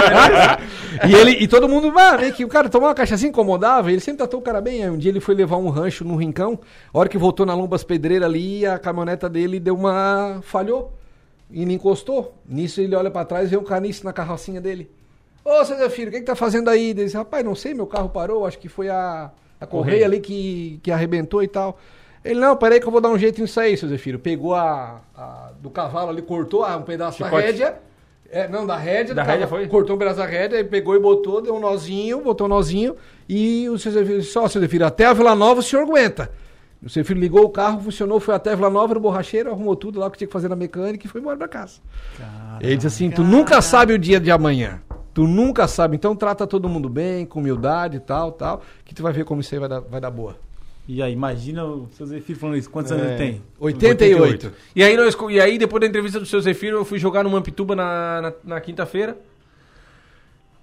Speaker 6: E ele e todo mundo, ah, meio que o cara tomava uma cachaça incomodava, ele sempre tratou o cara bem. Aí um dia ele foi levar um rancho no rincão, a hora que voltou na Lombas Pedreira ali, a caminhoneta dele deu uma falhou e ele encostou. Nisso ele olha pra trás e vê um caniço na carrocinha dele. Ô, seu Zé Filho, o que, que tá fazendo aí? Ele disse, rapaz, não sei, meu carro parou, acho que foi a, a correia ali que, que arrebentou e tal. Ele, não, peraí que eu vou dar um jeito nisso aí, seu Zé Filho. Pegou a, a- do cavalo ali, cortou ah, um pedaço da
Speaker 7: Chicote.
Speaker 6: rédea. É, não, da rédea.
Speaker 7: Da
Speaker 6: do
Speaker 7: rédea
Speaker 6: cavalo.
Speaker 7: foi?
Speaker 6: Cortou um pedaço da rédea, aí pegou e botou, deu um nozinho, botou um nozinho. E o seu Zé Filho disse, ó, seu Zé Filho, até a Vila Nova o senhor aguenta. O seu filho ligou o carro, funcionou, foi até a Vila Nova, no borracheiro, arrumou tudo lá o que tinha que fazer na mecânica e foi embora pra casa. Ele diz assim: tu nunca sabe o dia de amanhã. Tu nunca sabe. Então trata todo mundo bem, com humildade e tal, tal. Que tu vai ver como isso aí vai dar, vai dar boa.
Speaker 5: E aí, imagina o seu Zefiro falando isso. Quantos anos ele tem?
Speaker 6: 88.
Speaker 7: E aí, nós, e aí, depois da entrevista do seu Zefiro, eu fui jogar no Mampituba na, na, na quinta-feira.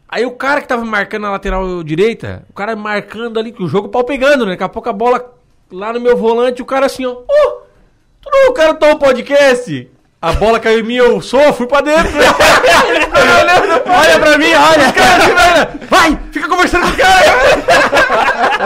Speaker 7: Aí o cara que tava marcando na lateral direita, o cara marcando ali, que o jogo pau pegando, né? Daqui a pouco a bola lá no meu volante, o cara assim, ó. "Ô, tu não é o cara do teu podcast? A bola caiu em mim, eu sou, fui
Speaker 5: *laughs*
Speaker 7: pra dentro. Ele ficou me olhando, olha pra mim, olha. Cara, assim, olha. vai, fica conversando com o cara.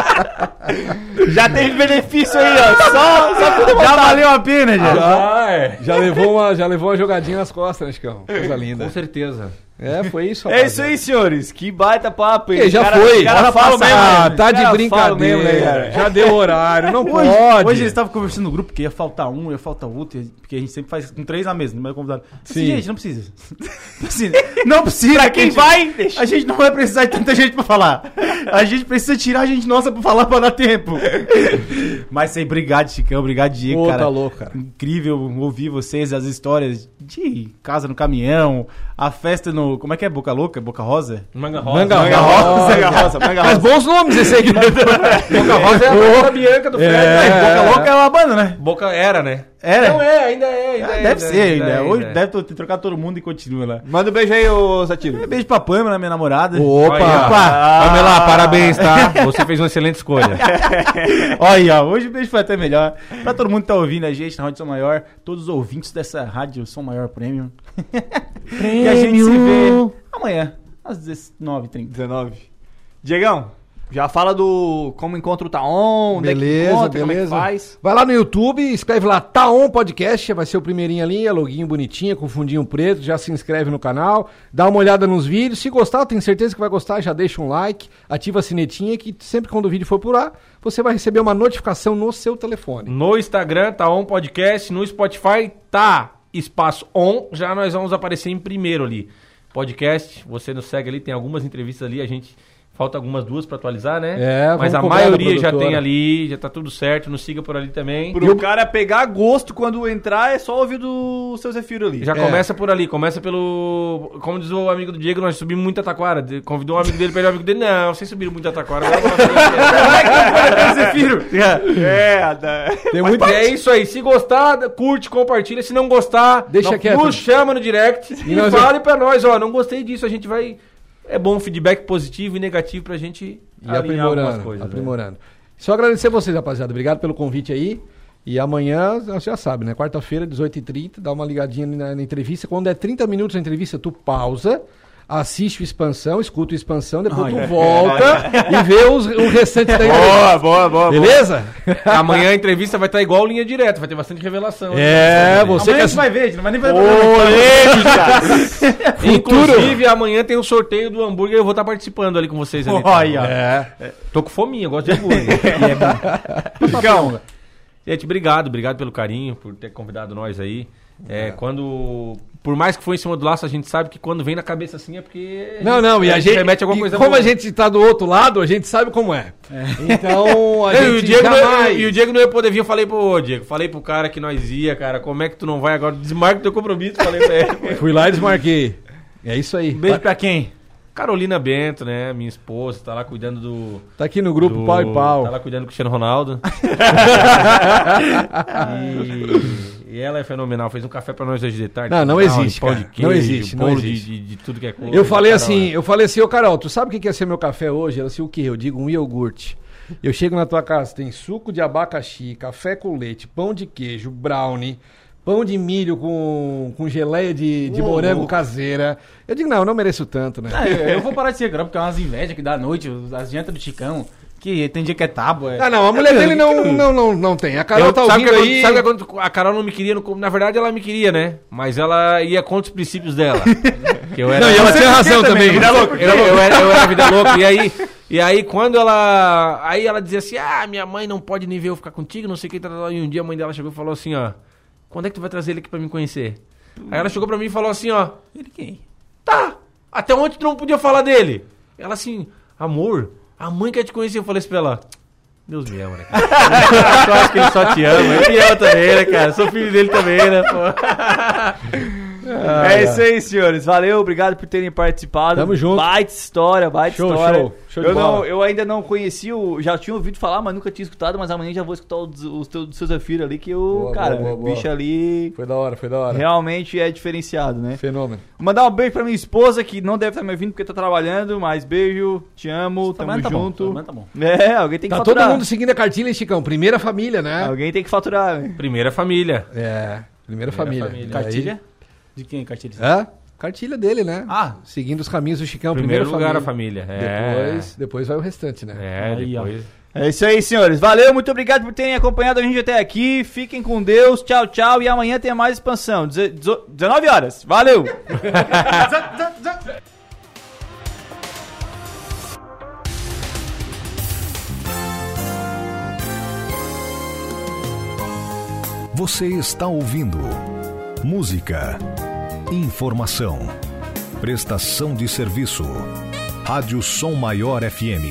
Speaker 4: Já teve benefício aí, ó. Só, só por
Speaker 5: Já valeu a pena, já.
Speaker 7: Vai.
Speaker 6: Ah, é. Já levou, uma, já levou uma jogadinha nas costas, né, Chicão? Coisa
Speaker 7: Com
Speaker 6: linda.
Speaker 7: certeza.
Speaker 6: É, foi isso,
Speaker 4: É isso aí, senhores. Que baita papo, hein?
Speaker 6: Porque já
Speaker 4: Os caras-
Speaker 6: foi.
Speaker 4: os caras
Speaker 6: Bora
Speaker 4: falam
Speaker 6: passar.
Speaker 4: mesmo, né?
Speaker 6: Ah, tá
Speaker 4: Os
Speaker 6: de
Speaker 4: caras falam
Speaker 6: brincadeira.
Speaker 4: mesmo, né, cara?
Speaker 6: Já deu horário, não
Speaker 5: Hoje,
Speaker 6: pode.
Speaker 5: hoje eles estavam conversando no grupo que ia faltar um, ia faltar outro, ia- porque a gente sempre faz com três na mesa, no meu convidado. Assim,
Speaker 6: Sim.
Speaker 5: gente, não precisa. *laughs* Não precisa. Não precisa.
Speaker 4: Pra quem
Speaker 5: gente.
Speaker 4: vai, deixa.
Speaker 5: A gente não vai precisar de tanta gente pra falar. A gente precisa tirar a gente nossa pra falar pra dar tempo. *laughs* Mas sei, obrigado, Chicão. Obrigado, Diego,
Speaker 6: Pô,
Speaker 5: cara.
Speaker 6: tá louco, cara.
Speaker 5: Incrível ouvir vocês, as histórias de casa no caminhão, a festa no. Como é que é? Boca Louca? Boca Rosa?
Speaker 7: Manga
Speaker 6: Manga
Speaker 5: Manga Rosa, Manga Rosa, Manga Rosa.
Speaker 6: Mas bons nomes esse aí.
Speaker 7: *laughs* Boca Rosa é a Boca Bianca do Fred.
Speaker 5: É,
Speaker 7: né?
Speaker 5: Boca Louca é uma banda, né?
Speaker 7: Boca era, né?
Speaker 5: Era.
Speaker 6: um
Speaker 7: Não é, ainda é, ainda
Speaker 5: Ah,
Speaker 7: é.
Speaker 5: deve ser ainda.
Speaker 7: é,
Speaker 5: Hoje
Speaker 7: é.
Speaker 5: deve ter trocado todo mundo e continua lá. É,
Speaker 4: Manda um beijo aí, ô Satiro.
Speaker 5: Beijo pra Pamela, minha namorada.
Speaker 7: Aí, ó.
Speaker 5: Ah.
Speaker 7: Pamela, parabéns, tá? Você fez uma excelente
Speaker 5: *laughs*
Speaker 7: escolha.
Speaker 5: *laughs* Olha, ó, hoje o beijo foi até melhor. Pra todo mundo que tá ouvindo a gente na Rádio Som Maior, todos os ouvintes dessa Rádio Som Maior Premium. *laughs* e a gente se vê amanhã, às 19h30.
Speaker 4: 19. Diegão, já fala do como encontra o Taon, onde é que
Speaker 6: Beleza,
Speaker 4: encontra, como é que
Speaker 6: beleza.
Speaker 4: faz.
Speaker 6: Vai lá no YouTube, escreve lá Taon Podcast, vai ser o primeirinho ali, é loguinho bonitinho, com fundinho preto, já se inscreve no canal, dá uma olhada nos vídeos, se gostar, eu tenho certeza que vai gostar, já deixa um like, ativa a sinetinha que sempre quando o vídeo for por lá, você vai receber uma notificação no seu
Speaker 7: *laughs*
Speaker 6: telefone.
Speaker 7: No Instagram tá on podcast, no Spotify tá espaço on, já nós vamos aparecer em primeiro ali. Podcast, você nos segue ali, tem algumas entrevistas ali, a gente falta algumas duas pra atualizar, né?
Speaker 6: É, vamos
Speaker 7: mas a
Speaker 6: cobrar da
Speaker 7: maioria já
Speaker 6: produtora.
Speaker 7: tem ali, já tá tudo certo, nos siga por ali também.
Speaker 4: Pro cara pegar gosto quando entrar, é só ouvir do seu Zefiro ali. É.
Speaker 7: Já
Speaker 6: É.
Speaker 7: começa por ali, começa pelo. Como diz o amigo do Diego, nós subimos muita taquara. De- Convidou um amigo dele pra ele, o amigo dele, não, vocês subiram muita taquara. agora eu vou fazer".
Speaker 4: É, da...
Speaker 6: Tem muito...
Speaker 7: E é isso aí, se gostar, curte, compartilha, se não gostar,
Speaker 6: Deixa
Speaker 7: não-
Speaker 6: quieto.
Speaker 7: nos chama no direct e,
Speaker 6: nós-
Speaker 7: fale pra nós, ó, não gostei disso, a gente vai... É bom um feedback positivo e negativo pra gente
Speaker 6: E aprimorando,
Speaker 7: né?
Speaker 6: aprimorando. Só agradecer a vocês, rapaziada. Obrigado pelo convite aí. E amanhã, você já sabe, né? Quarta-feira, 18h30, dá uma ligadinha ali na, na entrevista. Quando é 30 minutos a entrevista, tu pausa, assiste o Expansão, escuta o Expansão, depois tu volta e vê os- o restante da entrevista.
Speaker 4: Boa, boa, boa.
Speaker 6: Beleza?
Speaker 7: *laughs* Amanhã a entrevista vai estar igual linha direta, vai ter bastante revelação. né?
Speaker 6: É, você
Speaker 5: Amanhã
Speaker 6: que
Speaker 5: a gente vai ver, a gente não vai nem ver.
Speaker 7: Inclusive, amanhã tem o sorteio do hambúrguer eu vou estar participando ali com vocês. Ali,
Speaker 5: Olha.
Speaker 7: É. Tô com fominha, eu gosto de
Speaker 6: *laughs*
Speaker 7: hambúrguer. é
Speaker 5: Cão,
Speaker 7: Gente, obrigado, obrigado pelo carinho, por ter convidado nós aí. É, quando. Por mais que foi em cima do laço, a gente sabe que quando vem na cabeça assim é porque.
Speaker 6: Não, não, e a gente.
Speaker 7: remete a alguma
Speaker 6: e
Speaker 7: coisa
Speaker 6: como
Speaker 7: boa.
Speaker 6: a gente tá do outro lado, a gente sabe como é. Então, a
Speaker 7: *laughs*
Speaker 6: gente
Speaker 7: Eu e, o Diego não, é-
Speaker 6: jamais-
Speaker 7: e o Diego não ia poder vir, eu falei pro ô, Diego, falei pro cara que nós ia, cara, como é que tu não vai agora? Desmarca o teu compromisso, falei pra ele.
Speaker 6: *laughs* Fui lá e desmarquei. É isso aí.
Speaker 5: beijo pra quem?
Speaker 7: Carolina Bento, né? Minha esposa, tá lá cuidando do.
Speaker 6: Tá aqui no grupo
Speaker 7: do-
Speaker 6: pau e pau.
Speaker 7: Tá lá cuidando do
Speaker 6: *laughs*
Speaker 7: Cristiano Ronaldo. e, e ela é fenomenal, fez um café pra nós hoje de tarde.
Speaker 6: Não, não
Speaker 7: Calma,
Speaker 6: existe,
Speaker 7: Pão
Speaker 6: cara.
Speaker 7: de queijo,
Speaker 6: Não existe, não
Speaker 7: bolo
Speaker 6: existe.
Speaker 7: De, de- de tudo que é coisa.
Speaker 6: Eu falei
Speaker 7: Carol,
Speaker 6: assim, eu falei assim, ô Carol, tu sabe o que que ia ser meu café hoje? Ela assim, o quê? Eu digo um iogurte. Eu chego na tua casa, tem suco de abacaxi, café com leite, pão de queijo, brownie, pão de milho com, com geleia de, de morango caseira. Eu digo, não, eu não mereço tanto,
Speaker 7: É.
Speaker 6: né?
Speaker 5: Ah, eu, eu vou parar de ser grão, porque é umas invejas que dá à noite, os- as jantas do Chicão, que tem dia que é tábua. É...
Speaker 6: Ah, não, a mulher dele não, não, não, não tem. A Carol
Speaker 7: Eu-
Speaker 6: tá
Speaker 7: sabe
Speaker 6: ouvindo
Speaker 7: que é
Speaker 6: aí...
Speaker 7: quando- sabe que é quando a Carol não me queria, no com- na verdade ela me queria, né? Mas ela ia contra os princípios
Speaker 6: *laughs*
Speaker 7: dela. que eu era,
Speaker 6: Não, e ela
Speaker 7: eu,
Speaker 6: tem razão também.
Speaker 5: né?
Speaker 7: eu era, eu era vida louca. E aí, e aí quando ela. Aí ela dizia assim: ah, minha mãe não pode nem ver eu ficar contigo, não sei o que. tá, tá, tá." E um dia a mãe dela chegou e falou assim: ó, quando é que tu vai trazer ele aqui pra me conhecer? Aí ela chegou pra mim e falou assim: ó,
Speaker 5: Ele quem?
Speaker 7: Tá, até ontem tu não podia falar dele. Ela assim, amor, a mãe quer te conhecer. Eu falei assim pra ela, Deus me ama, né? Cara? tu acha que ele só te ama? Ele ama também, né, cara? Sou filho dele também, né, pô?
Speaker 4: *laughs* é isso aí, senhores. Valeu, obrigado por terem participado.
Speaker 6: Tamo junto.
Speaker 4: Baita história, baita
Speaker 6: Show,
Speaker 4: história.
Speaker 6: show, show de
Speaker 4: eu, não,
Speaker 6: bola.
Speaker 4: eu ainda não conheci o. Já tinha ouvido falar, mas nunca tinha escutado. Mas amanhã já vou escutar os, os teus do seu Zafiro ali, que o
Speaker 6: Boa,
Speaker 4: cara,
Speaker 6: boa,
Speaker 4: o
Speaker 6: boa,
Speaker 4: bicho
Speaker 6: boa.
Speaker 4: ali
Speaker 6: Foi da hora, foi da hora.
Speaker 4: realmente é diferenciado, né?
Speaker 6: Fenômeno.
Speaker 4: Vou mandar um beijo pra minha esposa, que não deve estar me ouvindo porque tá trabalhando, mas beijo, te amo, tamo
Speaker 5: Mas tá bom,
Speaker 4: junto.
Speaker 5: mas tá bom.
Speaker 4: *laughs* É, alguém tem que
Speaker 6: Tá
Speaker 4: faturar. Ah,
Speaker 6: todo mundo seguindo a cartilha, hein, Chicão? Primeira família, né?
Speaker 4: Alguém tem que faturar, né?
Speaker 7: Primeira família.
Speaker 6: É, primeira, família.
Speaker 7: família.
Speaker 5: Cartilha? De quem, cartilha?
Speaker 6: Hã? Cartilha dele, né?
Speaker 5: Ah.
Speaker 6: Seguindo os caminhos do Chicão,
Speaker 7: Primeiro
Speaker 6: primeira
Speaker 7: lugar
Speaker 6: família.
Speaker 7: a família. É.
Speaker 6: Depois, depois vai o restante, né?
Speaker 7: É,
Speaker 5: Aí, ó.
Speaker 7: depois.
Speaker 4: É isso aí, senhores. Valeu, muito obrigado por terem acompanhado a gente até aqui. Fiquem com Deus, tchau, tchau. E amanhã tem mais expansão, deze- dezo- 19 horas. Valeu!
Speaker 2: Você está ouvindo música, informação, prestação de serviço. Rádio Som Maior FM.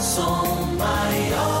Speaker 8: Som maior.